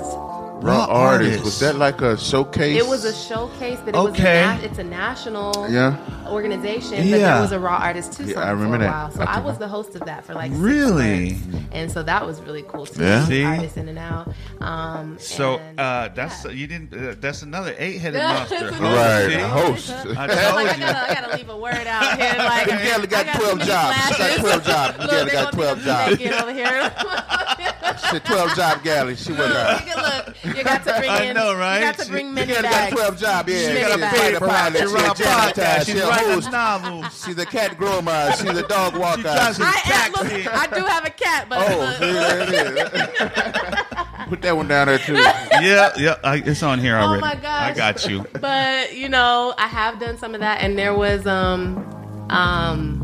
Speaker 2: Raw
Speaker 3: Raw artist.
Speaker 2: artist.
Speaker 3: Was that like a showcase?
Speaker 4: It was a showcase, but it was
Speaker 2: Okay.
Speaker 4: a na- it's a national
Speaker 3: Yeah.
Speaker 4: organization. But
Speaker 2: Yeah.
Speaker 4: there was a raw artist too.
Speaker 3: Yeah, I remember
Speaker 4: for a
Speaker 3: that.
Speaker 4: While. So
Speaker 3: I
Speaker 4: I,
Speaker 3: think-
Speaker 4: was the host of that for like six
Speaker 2: Really?
Speaker 4: months. and so that was really cool too.
Speaker 3: Yeah.
Speaker 2: See?
Speaker 4: artists in and out. Um,
Speaker 2: so.
Speaker 4: and-
Speaker 2: Uh, that's you didn't. Uh, that's another eight-headed
Speaker 4: Yeah.
Speaker 2: monster.
Speaker 3: right
Speaker 2: See?
Speaker 3: a host.
Speaker 2: I
Speaker 4: I was
Speaker 2: told
Speaker 4: like, I
Speaker 2: you.
Speaker 4: gotta, I gotta leave a word out here. Like,
Speaker 3: You gotta got
Speaker 4: I got
Speaker 3: 12
Speaker 4: too many
Speaker 3: jobs. You got
Speaker 4: flashes.
Speaker 3: 12 jobs. You
Speaker 4: Look,
Speaker 3: gotta
Speaker 4: they
Speaker 3: got
Speaker 4: gonna
Speaker 3: 12
Speaker 4: think I'm
Speaker 3: jobs.
Speaker 4: naked over here.
Speaker 3: Shit, twelve job galley. She went out.
Speaker 4: Look, look, you got to bring
Speaker 2: I
Speaker 4: in.
Speaker 2: know,
Speaker 4: You
Speaker 2: right?
Speaker 4: got to
Speaker 2: She-
Speaker 4: bring
Speaker 3: She
Speaker 4: many
Speaker 3: got
Speaker 4: back.
Speaker 3: a twelve job. Yeah,
Speaker 4: She
Speaker 3: she's
Speaker 4: got
Speaker 3: a
Speaker 4: back.
Speaker 3: fighter pilot. She's
Speaker 2: She
Speaker 3: a
Speaker 2: run a podcast.
Speaker 3: janitor.
Speaker 2: She
Speaker 3: She's a
Speaker 2: writes
Speaker 3: host.
Speaker 2: a novel.
Speaker 3: She's a cat groomer. She's a dog
Speaker 2: drives
Speaker 3: walker.
Speaker 2: a-
Speaker 4: I am. Look, I do have a cat, but
Speaker 3: Oh,
Speaker 4: look,
Speaker 3: see,
Speaker 4: look.
Speaker 3: there it is. Put that one down there too.
Speaker 2: yeah, yeah. I, it's on here already.
Speaker 4: Oh my gosh.
Speaker 2: I got you.
Speaker 4: but you know, I have done some of that, and there was um, um,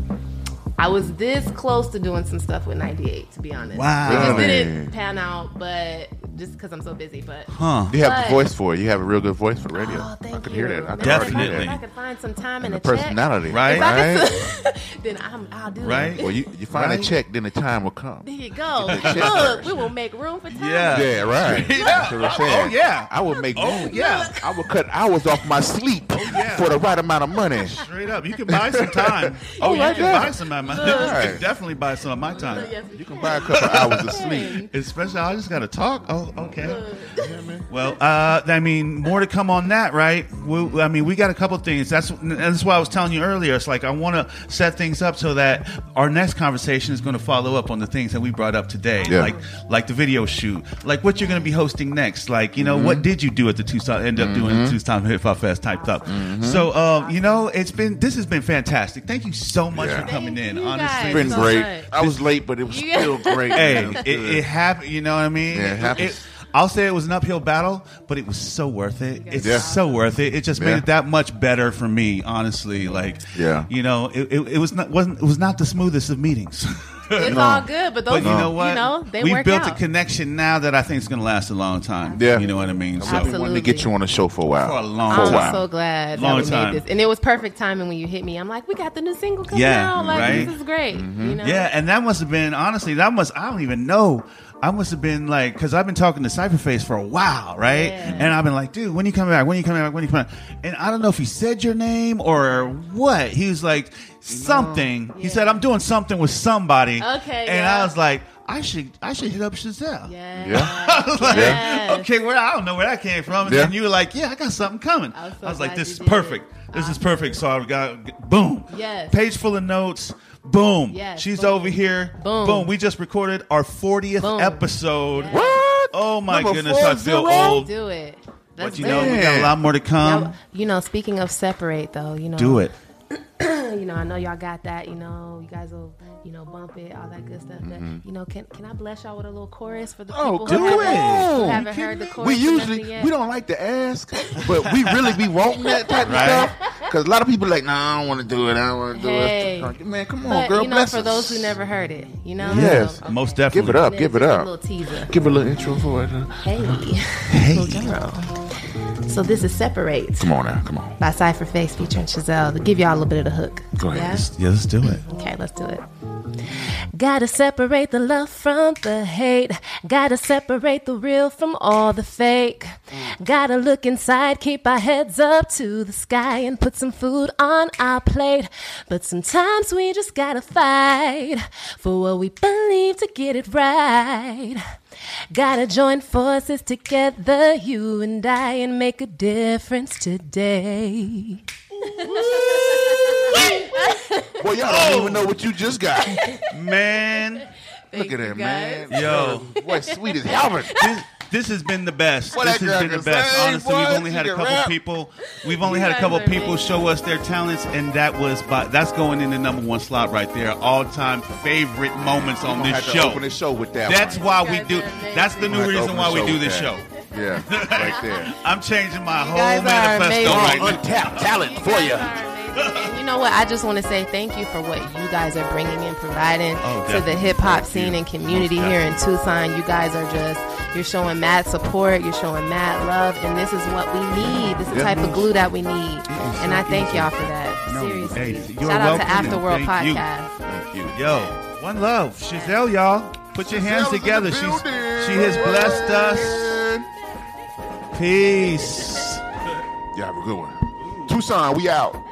Speaker 4: I was this close to doing some stuff with '98, to be honest.
Speaker 2: Wow.
Speaker 4: it just
Speaker 3: Really?
Speaker 4: didn't pan out, but just because I'm so busy. But
Speaker 2: Huh.
Speaker 3: You have
Speaker 4: But-
Speaker 3: the voice for it. You have a real good voice for radio.
Speaker 4: oh, thank
Speaker 3: I could
Speaker 4: you.
Speaker 3: hear that. I could
Speaker 4: Now,
Speaker 3: already
Speaker 4: if I-
Speaker 3: hear
Speaker 2: Definitely.
Speaker 4: If I
Speaker 3: that.
Speaker 4: could find some time and,
Speaker 3: And the
Speaker 4: a check,
Speaker 3: personality,
Speaker 2: Right.
Speaker 4: If I could-
Speaker 3: Right.
Speaker 4: then I'm, I'll do
Speaker 2: Right.
Speaker 4: it.
Speaker 3: Well, you, you find
Speaker 2: Right?
Speaker 3: a check, then the time will come.
Speaker 4: There you go.
Speaker 3: check
Speaker 4: Look,
Speaker 3: first.
Speaker 4: we will make room for time.
Speaker 2: Yeah.
Speaker 3: Yeah, right.
Speaker 2: Yeah.
Speaker 3: That's what I'm saying.
Speaker 2: Oh, yeah.
Speaker 3: I would make.
Speaker 2: Oh,
Speaker 3: room.
Speaker 2: yeah.
Speaker 3: I would cut hours off my sleep
Speaker 2: yeah.
Speaker 3: for the right amount of money.
Speaker 2: Straight up, you can buy some time.
Speaker 3: Oh,
Speaker 2: you
Speaker 3: right
Speaker 2: can
Speaker 3: there.
Speaker 2: buy some of my. You
Speaker 3: Right.
Speaker 2: can definitely buy some of my
Speaker 4: So,
Speaker 2: time.
Speaker 4: yes, we
Speaker 3: You can
Speaker 4: can.
Speaker 3: buy a couple hours of sleep.
Speaker 4: Hey.
Speaker 2: Especially, I just gotta talk. Oh, okay. Well, uh, I mean, more to come on that, right? We, I mean, we got a couple things. That's that's why I was telling you earlier. It's like I want to set things up so that our next conversation is going to follow up on the things that we brought up today,
Speaker 3: Yeah.
Speaker 2: like like the video shoot, like what you're going to be hosting next, like you know
Speaker 4: Mm-hmm.
Speaker 2: what did you do at the Tucson? End up doing at the Tucson Hip Hop Fest typed up.
Speaker 4: Mm-hmm.
Speaker 2: So uh, you know, it's been this has been fantastic. Thank you so much
Speaker 3: Yeah.
Speaker 2: for coming
Speaker 4: Thank
Speaker 2: in.
Speaker 4: you
Speaker 2: Honestly,
Speaker 4: guys.
Speaker 3: It's been
Speaker 4: so
Speaker 3: great.
Speaker 4: much.
Speaker 3: I was late, but it was
Speaker 4: You-
Speaker 3: still great.
Speaker 2: Hey,
Speaker 3: man. was
Speaker 2: it,
Speaker 3: good.
Speaker 2: it happened. You know what I mean?
Speaker 3: Yeah, it happens.
Speaker 2: I'll say it was an uphill battle, but it was so worth it. It's
Speaker 3: Yeah.
Speaker 2: so worth it. It just made
Speaker 3: Yeah.
Speaker 2: it that much better for me, honestly. Like,
Speaker 3: Yeah.
Speaker 2: you know, it, it, it was not wasn't it was not the smoothest of meetings.
Speaker 4: It's all good, but those,
Speaker 2: But you know what?
Speaker 4: You know, they
Speaker 2: we
Speaker 4: work
Speaker 2: built
Speaker 4: out.
Speaker 2: a connection now that I think is going to last a long time.
Speaker 3: Yeah.
Speaker 2: you know what I mean. So
Speaker 3: I wanted to get you on the show for a while.
Speaker 2: for a long
Speaker 3: For a
Speaker 4: I'm
Speaker 3: while.
Speaker 4: so glad
Speaker 2: Long
Speaker 4: that we
Speaker 2: time.
Speaker 4: made this, and it was perfect timing when you hit me. I'm like, we got the new single coming
Speaker 2: Yeah,
Speaker 4: out. Like
Speaker 2: right?
Speaker 4: this is great. You know,
Speaker 2: Yeah, and that must have been honestly. That must I don't even know. I must have been like because I've been talking to Cypherface for a while, right?
Speaker 4: Yeah.
Speaker 2: And I've been like, dude, when you coming back? When you coming back? When you coming back? And I don't know if he said your name or what. He was like something. He
Speaker 4: Yeah.
Speaker 2: said I'm doing something with somebody.
Speaker 4: Okay,
Speaker 2: and
Speaker 4: yeah.
Speaker 2: I was like, I should I should hit up Chazelle.
Speaker 4: yeah.
Speaker 3: Yeah.
Speaker 2: I was like,
Speaker 4: Yes.
Speaker 2: okay, where I don't know where that came from. And
Speaker 3: Yeah.
Speaker 2: then you were like, yeah, I got something coming.
Speaker 4: I
Speaker 2: I was,
Speaker 4: was so
Speaker 2: like,
Speaker 4: glad
Speaker 2: this
Speaker 4: you
Speaker 2: is
Speaker 4: did.
Speaker 2: perfect. This is perfect. So I got boom.
Speaker 4: Yes.
Speaker 2: Page full of notes. Boom.
Speaker 4: Yes,
Speaker 2: She's
Speaker 4: boom.
Speaker 2: over here.
Speaker 4: Boom.
Speaker 2: Boom. We just recorded our 40th
Speaker 4: Boom.
Speaker 2: episode.
Speaker 4: Yes.
Speaker 3: What?
Speaker 2: Oh my
Speaker 3: Number
Speaker 2: goodness, I feel
Speaker 3: 40?
Speaker 2: old.
Speaker 4: Do it.
Speaker 2: But
Speaker 4: That's
Speaker 2: you know, we
Speaker 4: good.
Speaker 2: got a lot more to come.
Speaker 4: Now, you know, speaking of separate though, you know,
Speaker 2: Do it.
Speaker 4: You know, I know y'all got that. You know, you guys will, you know, bump it, all that good stuff. But you know, can can I bless y'all with a little chorus for the
Speaker 3: Mm-hmm. Oh,
Speaker 4: people
Speaker 3: do
Speaker 4: who
Speaker 3: it.
Speaker 4: haven't, who
Speaker 3: You
Speaker 4: haven't
Speaker 2: kidding
Speaker 4: heard the
Speaker 2: me?
Speaker 4: chorus?
Speaker 3: We
Speaker 4: or
Speaker 3: usually
Speaker 4: nothing yet?
Speaker 3: we don't like to ask, but we really be wanting that type
Speaker 2: Right.
Speaker 3: of stuff. Because a lot of people like, nah, I don't want to do it. I don't want to do
Speaker 4: Hey.
Speaker 3: it. Man, come on,
Speaker 4: But
Speaker 3: girl,
Speaker 4: you know,
Speaker 3: bless
Speaker 4: for
Speaker 3: us.
Speaker 4: those who never heard it, you know,
Speaker 3: Yes.
Speaker 4: So, okay.
Speaker 2: Most definitely.
Speaker 3: give it up,
Speaker 4: Then
Speaker 3: give it
Speaker 4: just A
Speaker 3: up.
Speaker 4: little teaser.
Speaker 3: Give a little intro for it.
Speaker 4: Hey. Hey. So this is Separate
Speaker 3: Come on now, come on.
Speaker 4: by Cypherface featuring Chazelle. To give y'all a little bit of the hook.
Speaker 3: Go ahead.
Speaker 2: Yeah, let's do it.
Speaker 4: Yeah? Okay, let's do it.
Speaker 1: Gotta separate the love from the hate. Gotta separate the real from all the fake. Gotta look inside, keep our heads up to the sky, and put some food on our plate. But sometimes we just gotta fight for what we believe to get it right. Gotta join forces together, you and I, and make a difference today.
Speaker 3: Well, y'all don't even know what you just got.
Speaker 2: Man,
Speaker 3: Look at
Speaker 4: you,
Speaker 3: that, man.
Speaker 4: guys.
Speaker 2: Yo.
Speaker 3: Boy, sweet as Helen.
Speaker 2: this, this has been the best.
Speaker 3: Boy,
Speaker 2: this
Speaker 3: that
Speaker 2: has
Speaker 3: girl
Speaker 2: been the
Speaker 3: can
Speaker 2: best.
Speaker 3: sing,
Speaker 2: Honestly,
Speaker 3: boy.
Speaker 2: we've only
Speaker 3: She
Speaker 2: had a
Speaker 3: can
Speaker 2: couple
Speaker 3: rap.
Speaker 2: people. We've only
Speaker 4: You
Speaker 2: had a
Speaker 4: guys
Speaker 2: couple
Speaker 4: are
Speaker 2: people
Speaker 4: amazing.
Speaker 2: show us their talents, and that was by that's going in the number one slot right there. All time favorite moments on
Speaker 3: I
Speaker 2: this
Speaker 3: had to
Speaker 2: show.
Speaker 3: open the show with that.
Speaker 2: That's
Speaker 3: one.
Speaker 2: why
Speaker 4: You
Speaker 2: we
Speaker 4: guys
Speaker 2: do.
Speaker 4: are amazing.
Speaker 2: That's the
Speaker 3: I
Speaker 2: new
Speaker 3: had to
Speaker 2: reason
Speaker 3: open
Speaker 2: why
Speaker 3: the
Speaker 2: we
Speaker 3: show
Speaker 2: do
Speaker 3: with
Speaker 2: this show.
Speaker 3: that. Yeah, right there.
Speaker 2: I'm changing my
Speaker 4: guys
Speaker 2: whole
Speaker 4: are
Speaker 2: manifesto
Speaker 4: amazing.
Speaker 2: right
Speaker 3: All
Speaker 2: now.
Speaker 3: untapped talent for you.
Speaker 4: And you know what? I just want to say thank you for what you guys are bringing and providing to
Speaker 2: Oh, definitely.
Speaker 4: the hip hop
Speaker 2: Thank you.
Speaker 4: scene and community
Speaker 2: Most
Speaker 4: here in Tucson. You guys are just you're showing mad support, you're showing mad love, and this is what we need. This is the
Speaker 3: Yeah.
Speaker 4: type of glue that we need, and I thank y'all for that.
Speaker 2: No,
Speaker 4: Seriously,
Speaker 2: hey, you're
Speaker 4: shout out to
Speaker 2: welcome and
Speaker 4: Afterworld
Speaker 2: thank you.
Speaker 4: Podcast.
Speaker 3: Thank you.
Speaker 2: Yo, one love, Chazelle, y'all. Put your hands
Speaker 3: Helen in the
Speaker 2: together. She's she
Speaker 3: building.
Speaker 2: has blessed us. Peace.
Speaker 3: Y'all have a good one. Tucson, we out.